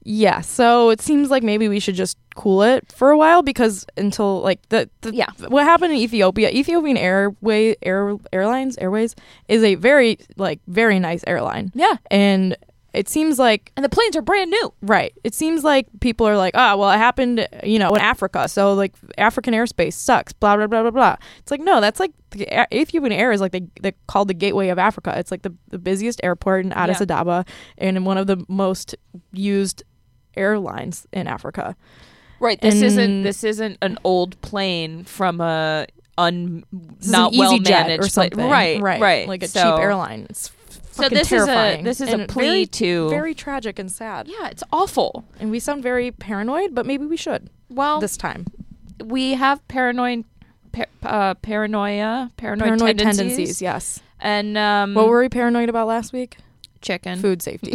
S2: yeah. So it seems like maybe we should just cool it for a while because until like the, the
S1: Yeah.
S2: what happened in Ethiopia, Ethiopian Airway Air Airlines Airways is a very like very nice airline,
S1: yeah.
S2: and it seems like
S1: And the planes are brand new.
S2: right. It seems like people are like, oh well, it happened you know in Africa, so like African airspace sucks. Blah blah blah blah blah. It's like no, that's like the A- Ethiopian Air is like the, the called the gateway of Africa. It's like the, the busiest airport in Addis
S1: Yeah.
S2: Ababa and one of the most used airlines in Africa.
S1: Right. This isn't
S2: And-
S1: this isn't an old plane from a un
S2: This is
S1: not
S2: an
S1: well
S2: EasyJet
S1: managed
S2: or
S1: pla-
S2: something,
S1: right, right,
S2: Like a
S1: So-
S2: cheap airline. It's
S1: So this is
S2: terrifying.
S1: a this is
S2: and
S1: a plea
S2: very,
S1: to
S2: very tragic and sad.
S1: yeah, it's awful.
S2: And we sound very paranoid, but maybe we should
S1: Well,
S2: this time.
S1: we have paranoid par- uh, paranoia, paranoid,
S2: Paranoid
S1: tendencies,
S2: tendencies, yes.
S1: and um,
S2: What were we paranoid about last week?
S1: chicken
S2: Food safety.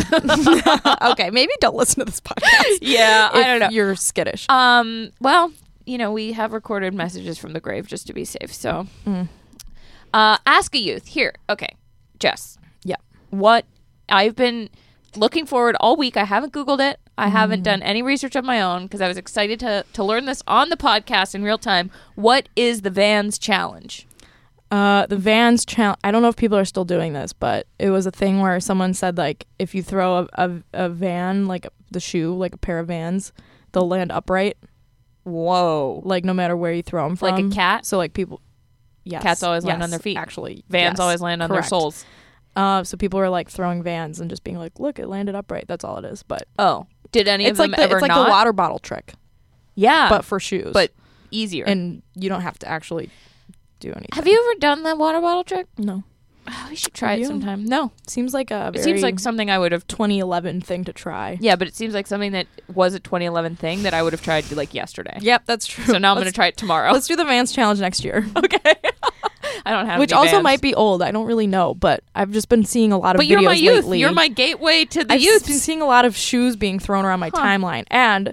S2: okay, maybe don't listen to this podcast.
S1: Yeah, I
S2: if
S1: don't know.
S2: You're skittish.
S1: Um, well, you know, we have recorded messages from the grave just to be safe. So,
S2: Mm.
S1: uh, ask a youth here. Okay, Jess.
S2: Yeah.
S1: What I've been looking forward all week. I haven't Googled it. I
S2: Mm.
S1: haven't done any research of my own because I was excited to to learn this on the podcast in real time. What is the Vans challenge?
S2: Uh, the Vans challenge. I don't know if people are still doing this, but it was a thing where someone said like, if you throw a, a, a van like the shoe, like a pair of Vans, they'll land upright,
S1: Whoa.
S2: like no matter where you throw them from.
S1: Like a cat?
S2: So like people, yes,
S1: Cats always land
S2: yes,
S1: on their feet.
S2: Actually,
S1: Vans
S2: yes,
S1: always land on
S2: correct.
S1: their soles.
S2: Uh, so people were like throwing Vans and just being like, look, it landed upright. That's all it is. But
S1: Oh, did any
S2: it's
S1: of them
S2: like the,
S1: ever
S2: it's like
S1: not?
S2: the water bottle trick,
S1: yeah,
S2: but for shoes.
S1: but easier.
S2: and you don't have to actually do anything.
S1: have you ever done the water bottle trick?
S2: No,
S1: Oh, we should try
S2: Have
S1: it
S2: you?
S1: sometime. No,
S2: seems like a.
S1: it seems
S2: very
S1: like something I would have.
S2: 2011 thing to try.
S1: Yeah, but it seems like something that was a 2011 thing that I would have tried like yesterday.
S2: Yep, that's true.
S1: So now I'm going to
S2: Let's-
S1: try it tomorrow.
S2: Let's do the Vans challenge next year,
S1: okay. I don't have
S2: which
S1: any
S2: also
S1: Vans.
S2: might be old. I don't really know, but I've just been seeing a lot of
S1: But
S2: videos
S1: you're my youth.
S2: lately.
S1: You're my gateway to the
S2: I've
S1: youth.
S2: been seeing a lot of shoes being thrown around my
S1: Huh.
S2: timeline, and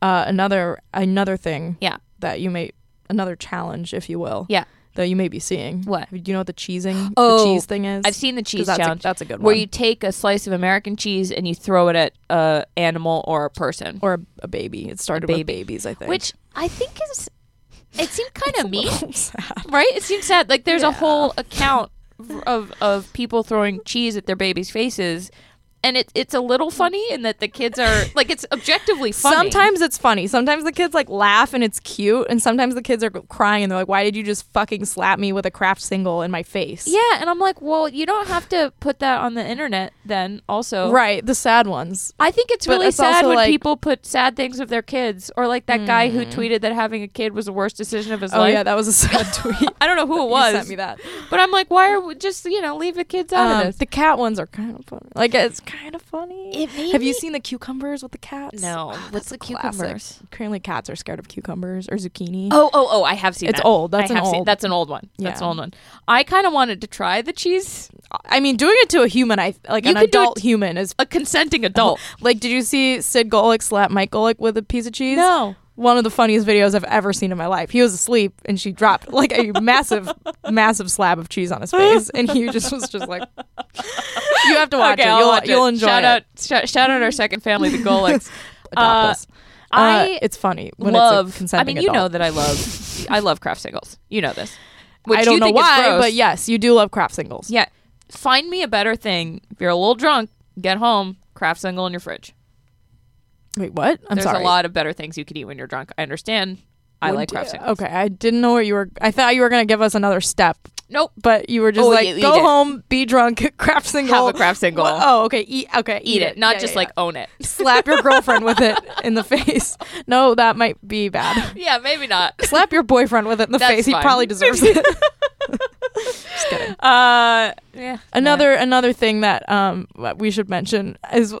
S2: uh, another another thing
S1: Yeah.
S2: that you may another challenge, if you will,
S1: Yeah.
S2: that you may be seeing.
S1: What?
S2: do you know? What the cheesing,
S1: Oh,
S2: the cheese thing is.
S1: I've seen the cheese
S2: 'Cause that's
S1: challenge.
S2: A, that's a good
S1: where
S2: one.
S1: you take a slice of American cheese and you throw it at a animal or a person,
S2: or a, a baby. It started
S1: baby.
S2: with babies, I think.
S1: which I think is it seemed kind of mean,
S2: sad.
S1: right? It seems sad. Like there's a
S2: Yeah.
S1: whole account of of people throwing cheese at their babies' faces, and it it's a little funny in that the kids are like it's objectively funny.
S2: Sometimes it's funny. Sometimes the kids like laugh and it's cute, and sometimes the kids are crying and they're like, "Why did you just fucking slap me with a craft single in my face?"
S1: Yeah, and I'm like, well, you don't have to put that on the internet then also.
S2: right. The sad ones.
S1: I think it's
S2: But
S1: really
S2: it's
S1: sad
S2: also
S1: when
S2: like- Hmm.
S1: people put sad things of their kids or like that guy who tweeted that having a kid was the worst decision of his
S2: Oh
S1: life.
S2: yeah, that was a sad tweet.
S1: I don't know who it
S2: You
S1: was,
S2: sent me that.
S1: but I'm like, why are we just, you know, leave the kids out
S2: Um,
S1: of this?
S2: the cat ones are kind of funny. Like it's kind of funny.
S1: It made
S2: Have you
S1: me-
S2: seen the cucumbers with the cats?
S1: No.
S2: Oh,
S1: What's
S2: that's a
S1: the cucumbers?
S2: classic. Apparently, cats are scared of cucumbers or zucchini.
S1: Oh, oh, oh, I have seen
S2: It's
S1: that.
S2: old. That's
S1: I
S2: an
S1: have Seen,
S2: old-
S1: that's an old one. That's
S2: Yeah.
S1: an old one. I kind of wanted to try the cheese,
S2: I mean, doing it to a human, I like
S1: You
S2: an
S1: could do it
S2: adult
S1: t-
S2: human is
S1: a consenting adult.
S2: like. Did you see Sid Golick slap Mike Golick with a piece of cheese?
S1: No.
S2: one of the funniest videos I've ever seen in my life. He was asleep and she dropped like a massive, massive slab of cheese on his face, and he just was just like, "You have to watch
S1: okay,
S2: it.
S1: I'll
S2: You'll,
S1: watch it.
S2: you'll enjoy
S1: shout
S2: it.
S1: Out, sh- shout out our second family, the Golics.
S2: Adopt
S1: Uh,
S2: us. Uh,
S1: I
S2: it's funny when
S1: love.
S2: it's a
S1: I
S2: consenting
S1: mean, you know
S2: adult.
S1: that I love. I love craft singles. You know this. Which
S2: I don't
S1: you
S2: know
S1: think is
S2: why,
S1: gross.
S2: but yes, you do love craft singles.
S1: yeah. Find me a better thing. If you're a little drunk, get home. Craft single in your fridge.
S2: Wait, what? I'm
S1: There's
S2: sorry.
S1: a lot of better things you could eat when you're drunk. I understand. I
S2: Would- Oh,
S1: like craft singles.
S2: Okay, I didn't know where you were. I thought you were gonna give us another step Nope. But you were just
S1: Oh,
S2: like,
S1: you eat
S2: go
S1: it.
S2: home, be drunk, craft single.
S1: Have a craft single.
S2: Wha- Oh, okay. Eat. Okay,
S1: Eat it, not
S2: Yeah,
S1: just
S2: yeah,
S1: like
S2: yeah.
S1: own it.
S2: slap your girlfriend with it in the face. No, that might be bad.
S1: Yeah, maybe not.
S2: Slap your boyfriend with it in the
S1: That's
S2: face.
S1: fine.
S2: He probably deserves it.
S4: Uh,
S1: Yeah.
S2: another another thing that um what we should mention is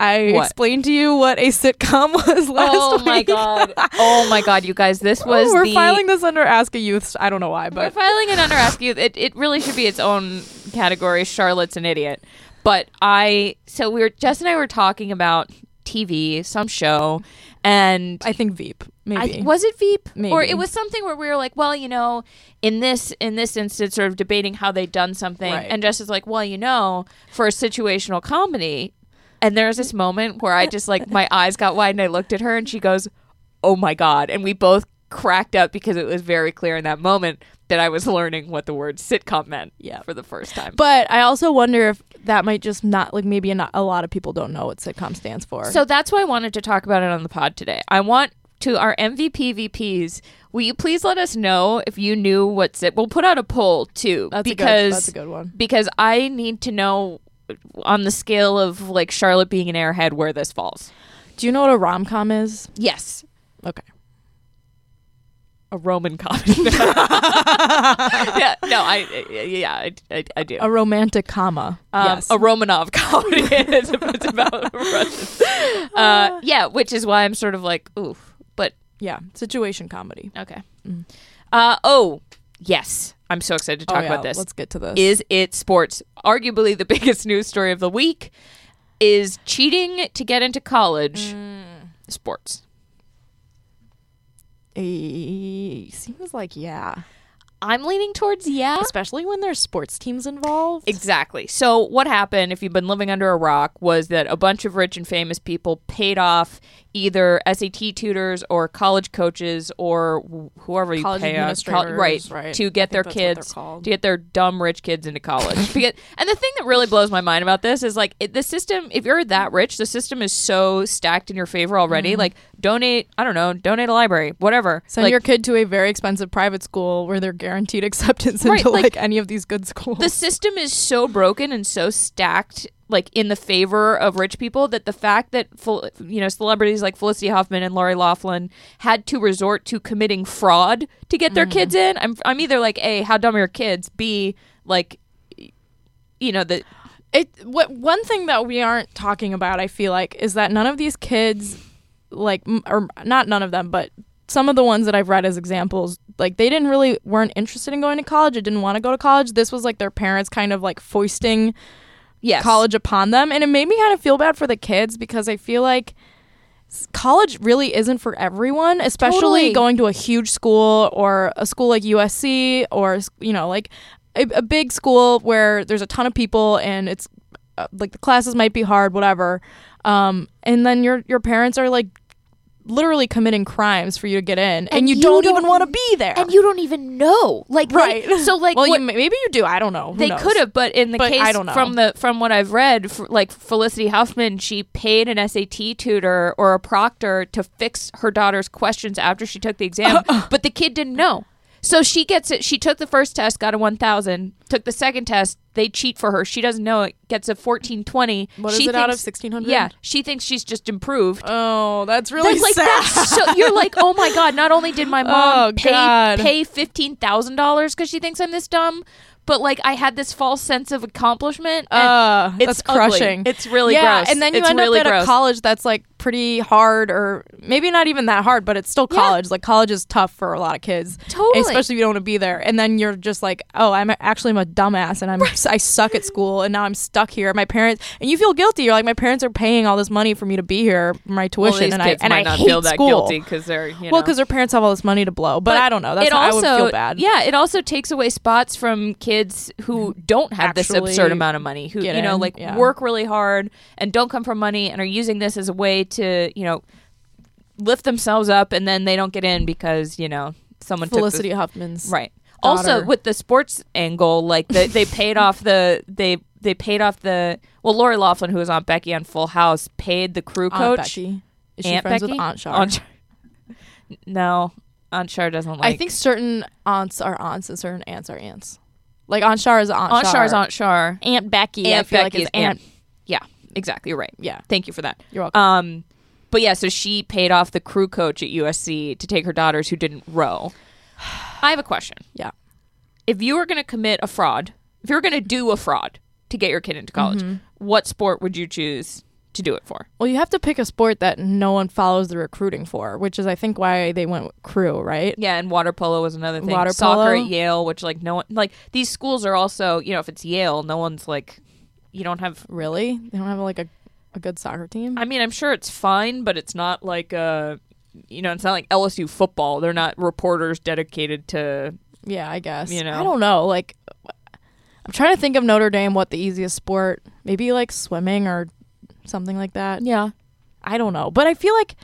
S2: I
S1: What?
S2: explained to you what a sitcom was last
S1: Oh
S2: week.
S1: my god. Oh my god, you guys, this was
S2: we're
S1: the
S2: filing this under ask a youth. I don't know why,
S1: We're
S2: but
S1: filing it under Ask Youth. It, it really should be its own category. Charlotte's an idiot. But I, so we were, Jess and I were talking about TV, some show, and
S2: I think Veep maybe.
S1: I, was it Veep? Or
S2: Maybe.
S1: it was something where we were like, well, you know, in this in this instance, sort of debating how they'd done something,
S2: Right.
S1: and Jess is like, well, you know, for a situational comedy, and there was this moment where I just like my eyes got wide and I looked at her and she goes, oh my god, and we both cracked up because it was very clear in that moment that I was learning what the word sitcom meant
S2: Yeah.
S1: for the first time.
S2: But I also wonder if that might just not like maybe not a lot of people don't know what sitcom stands for.
S1: So that's why I wanted to talk about it on the pod today. I want to our MVP VPs. Will you please let us know if you knew what zip? We'll put out a poll too
S2: that's a
S1: because
S2: good, that's a good one.
S1: because I need to know on the scale of like Charlotte being an airhead where this falls.
S2: Do you know what a rom com is?
S1: Yes,
S2: Okay.
S1: a Roman comedy. yeah, no, I yeah I, I, I do.
S2: A romantic comma. Uh,
S1: Um,
S2: yes.
S1: A Romanov comedy. it's, it's about Russians. Uh, yeah, which is why I'm sort of like oof, but
S2: yeah. Situation comedy.
S1: Okay. Uh, oh, yes. I'm so excited to talk
S2: Mm. Oh, yeah,
S1: about this.
S2: Let's get to this.
S1: Is it sports? Arguably the biggest news story of the week is cheating to get into college.
S2: Mm.
S1: Sports.
S2: Eh, seems like yeah.
S1: I'm leaning towards yeah.
S2: Especially when there's sports teams involved.
S1: Exactly. So, what happened, if you've been living under a rock, was that a bunch of rich and famous people paid off either SAT tutors or college coaches or wh- whoever you
S2: College
S1: pay off,
S2: administrators,
S1: right,
S2: right.
S1: to
S2: I
S1: get
S2: think
S1: their
S2: that's what they're
S1: kids, to
S2: called.
S1: get their dumb rich kids into college. Because- and the thing that really blows my mind about this is like it, the system, if you're that rich, the system is so stacked in your favor already. Like, donate, I don't know, donate a library, whatever.
S2: Mm-hmm. Send
S1: Like,
S2: your kid to a very expensive private school where they're guaranteed acceptance
S1: Right,
S2: into
S1: like,
S2: like, any of these good schools.
S1: the system is so broken and so stacked like in the favor of rich people that the fact that fel- you know celebrities like Felicity Huffman and Lori Laughlin had to resort to committing fraud to get
S2: Mm-hmm.
S1: their kids in I'm I'm either like a how dumb are your kids b like you know the
S2: it what one thing that we aren't talking about i feel like is that none of these kids like m- or not none of them but some of the ones that i've read as examples like they didn't really weren't interested in going to college or didn't want to go to college this was like their parents kind of like foisting
S1: yes
S2: college upon them and it made me kind of feel bad for the kids because i feel like s- college really isn't for everyone especially
S1: Totally.
S2: going to a huge school or a school like usc or s- you know like a, a big school where there's a ton of people and it's uh, like the classes might be hard whatever um, and then your your parents are like literally committing crimes for you to get in and, you,
S1: you
S2: don't,
S1: don't-
S2: even want to be there
S1: and you don't even know like they-
S2: right
S1: so like
S2: well
S1: what-
S2: you, may- maybe you do i don't know Who
S1: they
S2: knows?
S1: could have, but in the
S2: But
S1: case
S2: I don't know.
S1: from the from what I've read, f like Felicity Huffman, she paid an SAT tutor or a proctor to fix her daughter's questions after she took the exam, but the kid didn't know. So she gets it. She took the first test, got a one thousand. Took the second test, they cheat for her. She doesn't know it. Gets a fourteen twenty.
S2: What is
S1: she
S2: it out of 1600?
S1: Yeah, she thinks she's just improved.
S2: oh that's really
S1: That's like
S2: sad
S1: that's so you're like, oh my god! Not only did my mom
S2: Oh,
S1: pay
S2: God.
S1: pay fifteen thousand dollars because she thinks I'm this dumb, but like I had this false sense of accomplishment. and
S2: Uh,
S1: it's
S2: that's
S1: ugly.
S2: crushing.
S1: It's really
S2: yeah,
S1: gross.
S2: and then you
S1: It's
S2: end
S1: really
S2: up at
S1: gross.
S2: a college that's like pretty hard, or maybe not even that hard, but it's still
S1: Yeah.
S2: college. Like college is tough for a lot of kids,
S1: Totally.
S2: especially if you don't want to be there. And then you're just like, oh, I'm actually I'm a dumbass, and I'm I suck at school, and now I'm stuck here. My parents and you feel guilty. You're like, my parents are paying all this money for me to be here, my
S1: Well,
S2: tuition,
S1: these
S2: and
S1: kids
S2: I and
S1: might
S2: I
S1: not
S2: hate
S1: feel that
S2: school.
S1: guilty because they're you know.
S2: Well, because their parents have all this money to blow, but, I don't know. That's
S1: it
S2: how
S1: also,
S2: I would feel bad.
S1: Yeah, it also takes away spots from kids who don't have this
S2: Actually
S1: absurd amount of money, who
S2: get
S1: you know
S2: in,
S1: like
S2: yeah.
S1: work really hard and don't come from money and are using this as a way to you know lift themselves up, and then they don't get in because you know someone took the
S2: Felicity Huffman's
S1: right also
S2: daughter.
S1: with the sports angle like the, they paid off the they they paid off the well Lori Laughlin who was on Becky on Full House paid the crew
S2: Aunt
S1: coach
S2: Becky. Is she
S1: Aunt
S2: friends
S1: Becky
S2: with Aunt Char?
S1: Aunt Char- no
S5: Anshar doesn't like.
S2: I think certain aunts are aunts and certain aunts are aunts. Like Anshar is Aunt
S1: Anshar is
S2: Shar.
S1: Aunt Shar.
S2: Aunt Becky. I
S1: Aunt
S2: feel
S1: Becky's
S2: like it's Aunt.
S1: Yeah, exactly. You're right.
S2: Yeah.
S1: Thank you for that.
S2: You're welcome.
S1: Um, but yeah, so she paid off the crew coach at USC to take her daughters who didn't row. I have a question.
S2: yeah.
S1: If you were going to commit a fraud, if you were going to do a fraud to get your kid into college, what sport would you choose to do it for?
S2: Well, you have to pick a sport that no one follows the recruiting for, which is I think why they went with crew, right?
S1: Yeah, and water polo was another thing.
S2: Water
S1: Soccer
S2: polo.
S1: at Yale, which like no one like these schools are also, you know, if it's Yale, no one's like you don't have
S2: Really? They don't have like a, a good soccer team.
S1: I mean, I'm sure it's fine, but it's not like uh you know, it's not like LSU football. They're not reporters dedicated to
S2: yeah, I guess.
S1: You know.
S2: I don't know. Like, I'm trying to think of Notre Dame. What the easiest sport? Maybe like swimming or something like that.
S1: Yeah.
S2: I don't know, but I feel like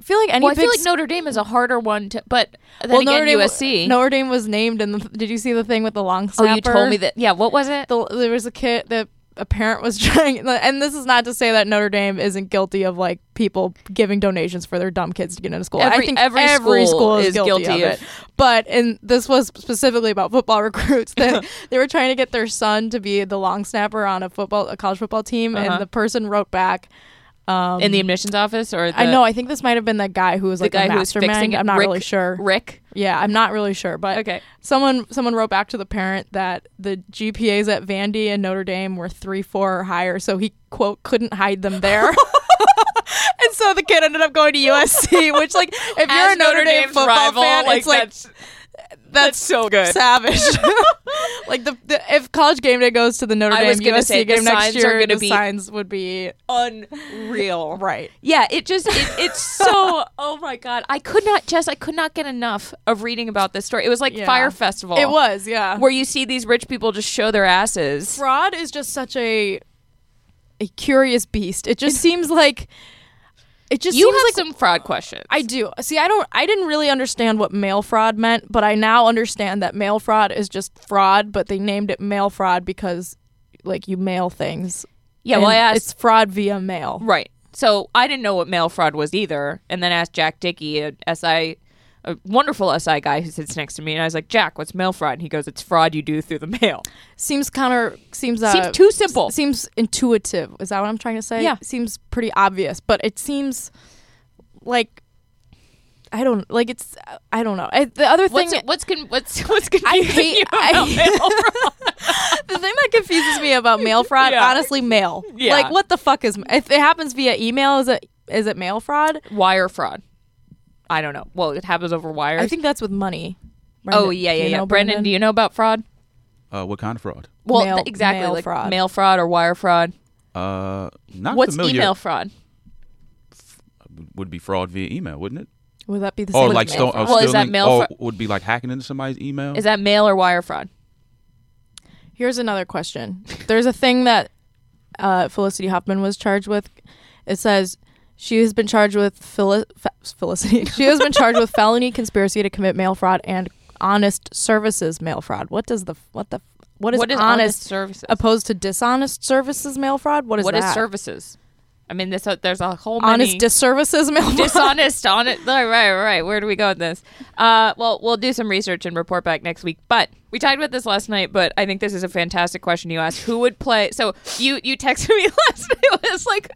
S2: I feel like any
S1: Well, I
S2: big
S1: feel like
S2: s-
S1: Notre Dame is a harder one to but then
S2: well,
S1: again
S2: Notre Dame,
S1: USC.
S2: Notre Dame was named, and the, did you see the thing with the long
S1: oh,
S2: snapper?
S1: you told me that. Yeah, what was it?
S2: the, there was a kid that a parent was trying and this is not to say that Notre Dame isn't guilty of like people giving donations for their dumb kids to get into school.
S1: Every-
S2: I think
S1: every
S2: every
S1: school
S2: school is,
S1: is
S2: guilty,
S1: guilty
S2: of
S1: of-
S2: it. But and this was specifically about football recruits that they were trying to get their son to be the long snapper on a football a college football team
S1: Uh-huh.
S2: and the person wrote back um,
S1: In the admissions office or the,
S2: I know I think this might have been that guy who was
S1: the
S2: like
S1: guy
S2: the
S1: who was
S2: mastermind.
S1: fixing it,
S2: I'm not
S1: Rick-
S2: really sure.
S1: Rick.
S2: Yeah, I'm not really sure, but
S1: Okay.
S2: Someone someone wrote back to the parent that the GPAs at Vandy and Notre Dame were three, four or higher, so he quote couldn't hide them there. and so the kid ended up going to USC, which like if you're a
S1: As
S2: Notre, Dame football fan, it's like that's,
S1: that's, so good.
S2: savage. like the, the if college game day goes to the Notre
S1: I
S2: Dame
S1: was gonna
S2: USC
S1: say, the
S2: game next
S1: signs are
S2: year,
S1: gonna
S2: the
S1: be-
S2: signs would be
S1: unreal.
S2: right.
S1: Yeah, it just it, it's so oh my god. I could not just I could not get enough of reading about this story. It was like
S2: Yeah.
S1: Fire Festival.
S2: It was, yeah.
S1: where you see these rich people just show their asses.
S2: fraud is just such a a curious beast. It just seems like it just
S1: You
S2: seems
S1: have
S2: like
S1: some fraud questions.
S2: I do. See, I don't I didn't really understand what mail fraud meant, but I now understand that mail fraud is just fraud, but they named it mail fraud because like you mail things.
S1: yeah, well, I asked
S2: And it's fraud via mail.
S1: right. So I didn't know what mail fraud was either, and then asked Jack Dickey, a SI, a wonderful SI guy who sits next to me, and I was like, Jack, what's mail fraud? And he goes, It's fraud you do through the mail.
S2: Seems counter seems uh,
S1: Seems too simple.
S2: seems intuitive. Is that what I'm trying to say?
S1: Yeah.
S2: Seems pretty obvious, but it seems like I don't like it's I don't know. I, the other thing
S1: What's what's con- what's what's confusing
S2: hate-
S1: you about
S2: I-
S1: mail fraud?
S2: the thing that confuses me about mail fraud,
S1: Yeah.
S2: honestly, mail.
S1: Yeah.
S2: Like, what the fuck is if it happens via email? Is it is it mail fraud?
S1: Wire fraud. I don't know. Well, it happens over wires.
S2: I think that's with money.
S1: oh yeah, yeah, yeah. Brendan, do you know about fraud?
S3: Uh, what kind of fraud?
S1: Well,
S2: Mail-
S1: th- exactly.
S2: mail
S1: like
S2: fraud.
S1: mail fraud or wire fraud.
S3: Uh, not
S1: What's
S3: familiar.
S1: email fraud?
S3: Would be fraud via email, wouldn't it?
S2: Would that be the
S3: Or
S2: same?
S3: Oh, like
S2: as
S3: sto-
S2: mail
S3: or
S2: fraud?
S1: Well, is that
S3: stealing-
S1: mail
S3: or
S1: fraud?
S3: would be like hacking into somebody's email.
S2: Oh.
S1: Is that mail or wire fraud?
S2: Here's another question. There's a thing that uh, Felicity Huffman was charged with. It says she has been charged with fel- Felicity. She has been charged with felony conspiracy to commit mail fraud and honest services mail fraud. What does the what the what is,
S1: what is
S2: honest
S1: services?
S2: opposed to dishonest services mail fraud? What is
S1: what
S2: that?
S1: is services? I mean, this uh, there's a whole
S2: honest
S1: many
S2: disservices mail fraud?
S1: dishonest on it. Right, right, right. Where do we go with this? Uh, well, we'll do some research and report back next week. But we talked about this last night. But I think this is a fantastic question you asked. Who would play? So you you texted me last night. It was like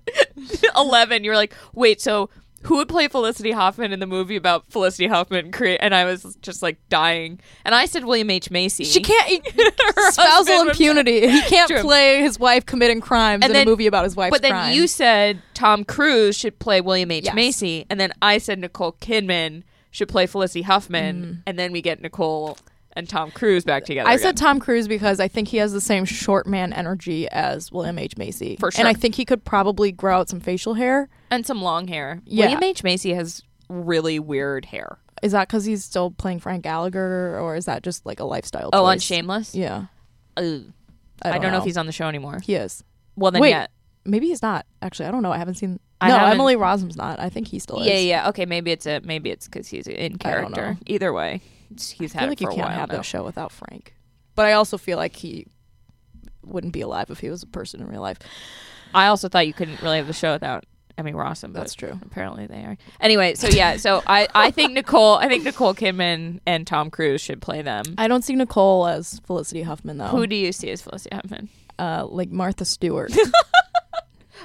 S1: eleven. You were like, wait, so. Who would play Felicity Hoffman in the movie about Felicity Hoffman? Crea- and I was just like dying. And I said William H Macy.
S2: She can't he-
S1: Her husband
S2: spousal
S1: would-
S2: impunity. He can't
S1: True.
S2: play his wife committing crimes
S1: And
S2: in
S1: then-
S2: a movie about his wife's
S1: But then
S2: crimes.
S1: you said Tom Cruise should play William H.
S2: Yes.
S1: Macy, and then I said Nicole Kidman should play Felicity Huffman, and then we get Nicole and Tom Cruise back together.
S2: I
S1: again.
S2: said Tom Cruise because I think he has the same short man energy as William H Macy.
S1: For sure.
S2: and I think he could probably grow out some facial hair.
S1: and some long hair.
S2: Yeah.
S1: William H. Macy has really weird hair.
S2: Is that because he's still playing Frank Gallagher, or is that just like a lifestyle?
S1: Oh, on
S2: choice?
S1: Shameless.
S2: Yeah,
S1: Ugh.
S2: I
S1: I
S2: don't,
S1: don't, know. if he's on the show anymore.
S2: he is.
S1: Well, then
S2: Wait,
S1: yeah,
S2: maybe he's not. Actually, I don't know. I haven't seen.
S1: I
S2: no,
S1: haven't-
S2: Emily Rossum's not. I think he still is.
S1: yeah, yeah. Okay, maybe it's a maybe it's because he's in
S2: don't
S1: character.
S2: know.
S1: Either way, it's- he's
S2: I
S1: had
S2: feel
S1: it
S2: like
S1: for
S2: you
S1: a
S2: can't
S1: while
S2: have
S1: now.
S2: that show without Frank. But I also feel like he wouldn't be alive if he was a person in real life.
S1: I also thought you couldn't really have the show without I mean, we're awesome. but
S2: That's true.
S1: Apparently they are. Anyway, so yeah, so I, I think Nicole, I think Nicole Kidman and Tom Cruise should play them.
S2: I don't see Nicole as Felicity Huffman though.
S1: Who do you see as Felicity Huffman?
S2: uh, like Martha Stewart.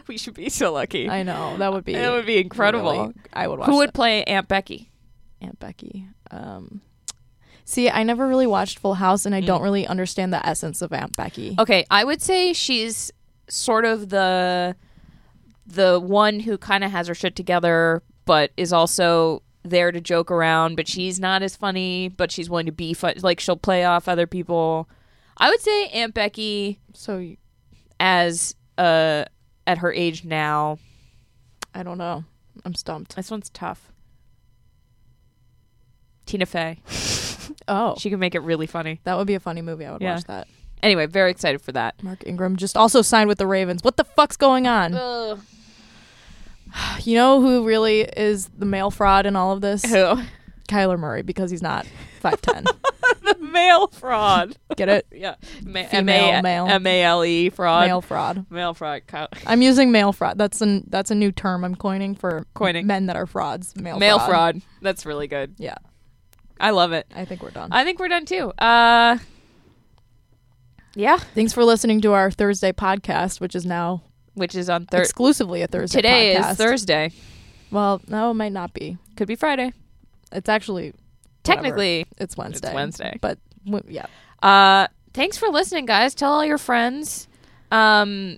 S1: We should be so lucky.
S2: I know that would be
S1: That would be incredible.
S2: really- I would watch.
S1: Who would
S2: that.
S1: play Aunt Becky?
S2: Aunt Becky? Um, see, I never really watched Full House, and I
S1: Mm.
S2: don't really understand the essence of Aunt Becky.
S1: Okay, I would say she's sort of the the one who kind of has her shit together, but is also there to joke around. But she's not as funny, but she's willing to be fun. Like she'll play off other people. I would say Aunt Becky
S2: So you-
S1: as uh at her age now.
S2: I don't know. I'm stumped.
S1: This one's tough. Tina Fey.
S2: Oh,
S1: She can make it really funny.
S2: that would be a funny movie. I would
S1: Yeah.
S2: watch that.
S1: Anyway, very excited for that.
S2: Mark Ingram just also signed with the Ravens. What the fuck's going on?
S1: Ugh.
S2: You know who really is the male fraud in all of this?
S1: Who?
S2: Kyler Murray because he's not five ten.
S1: the mail fraud.
S2: Get it?
S1: Yeah. Ma-
S2: Female, male.
S1: M-A-L-E E fraud.
S2: Male fraud.
S1: Mail fraud. Co-
S2: I'm using male fraud. That's an that's a new term I'm coining for
S1: Coining.
S2: men that are frauds. Male,
S1: Mail
S2: fraud.
S1: fraud. That's really good.
S2: Yeah,
S1: I love it.
S2: I think we're done.
S1: I think we're done too. Uh, yeah.
S2: Thanks for listening to our Thursday podcast, which is now
S1: Which is on Thursday.
S2: exclusively a Thursday.
S1: Today
S2: podcast.
S1: is Thursday.
S2: Well, no, it might not be.
S1: Could be Friday.
S2: It's actually whatever.
S1: Technically.
S2: it's Wednesday.
S1: Wednesday.
S2: but w- yeah,
S1: Uh, thanks for listening, guys. Tell all your friends. Um,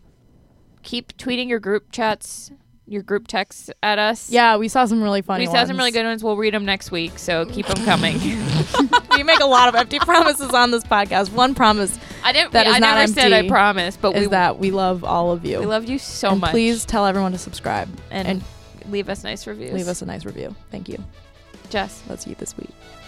S1: keep tweeting your group chats, your group texts at us.
S2: yeah, we saw some really funny.
S1: We saw some
S2: ones.
S1: really good ones. We'll read them next week, so keep them coming.
S2: we make a lot of empty promises on this podcast. One promise
S1: I didn't.
S2: That is
S1: I
S2: not
S1: never said I
S2: empty,
S1: promise, but
S2: is
S1: we
S2: that we love all of you.
S1: we love you so
S2: and
S1: much.
S2: Please tell everyone to subscribe
S1: and, leave us nice reviews.
S2: leave us a nice review. Thank you.
S1: Jess.
S2: That's you this week.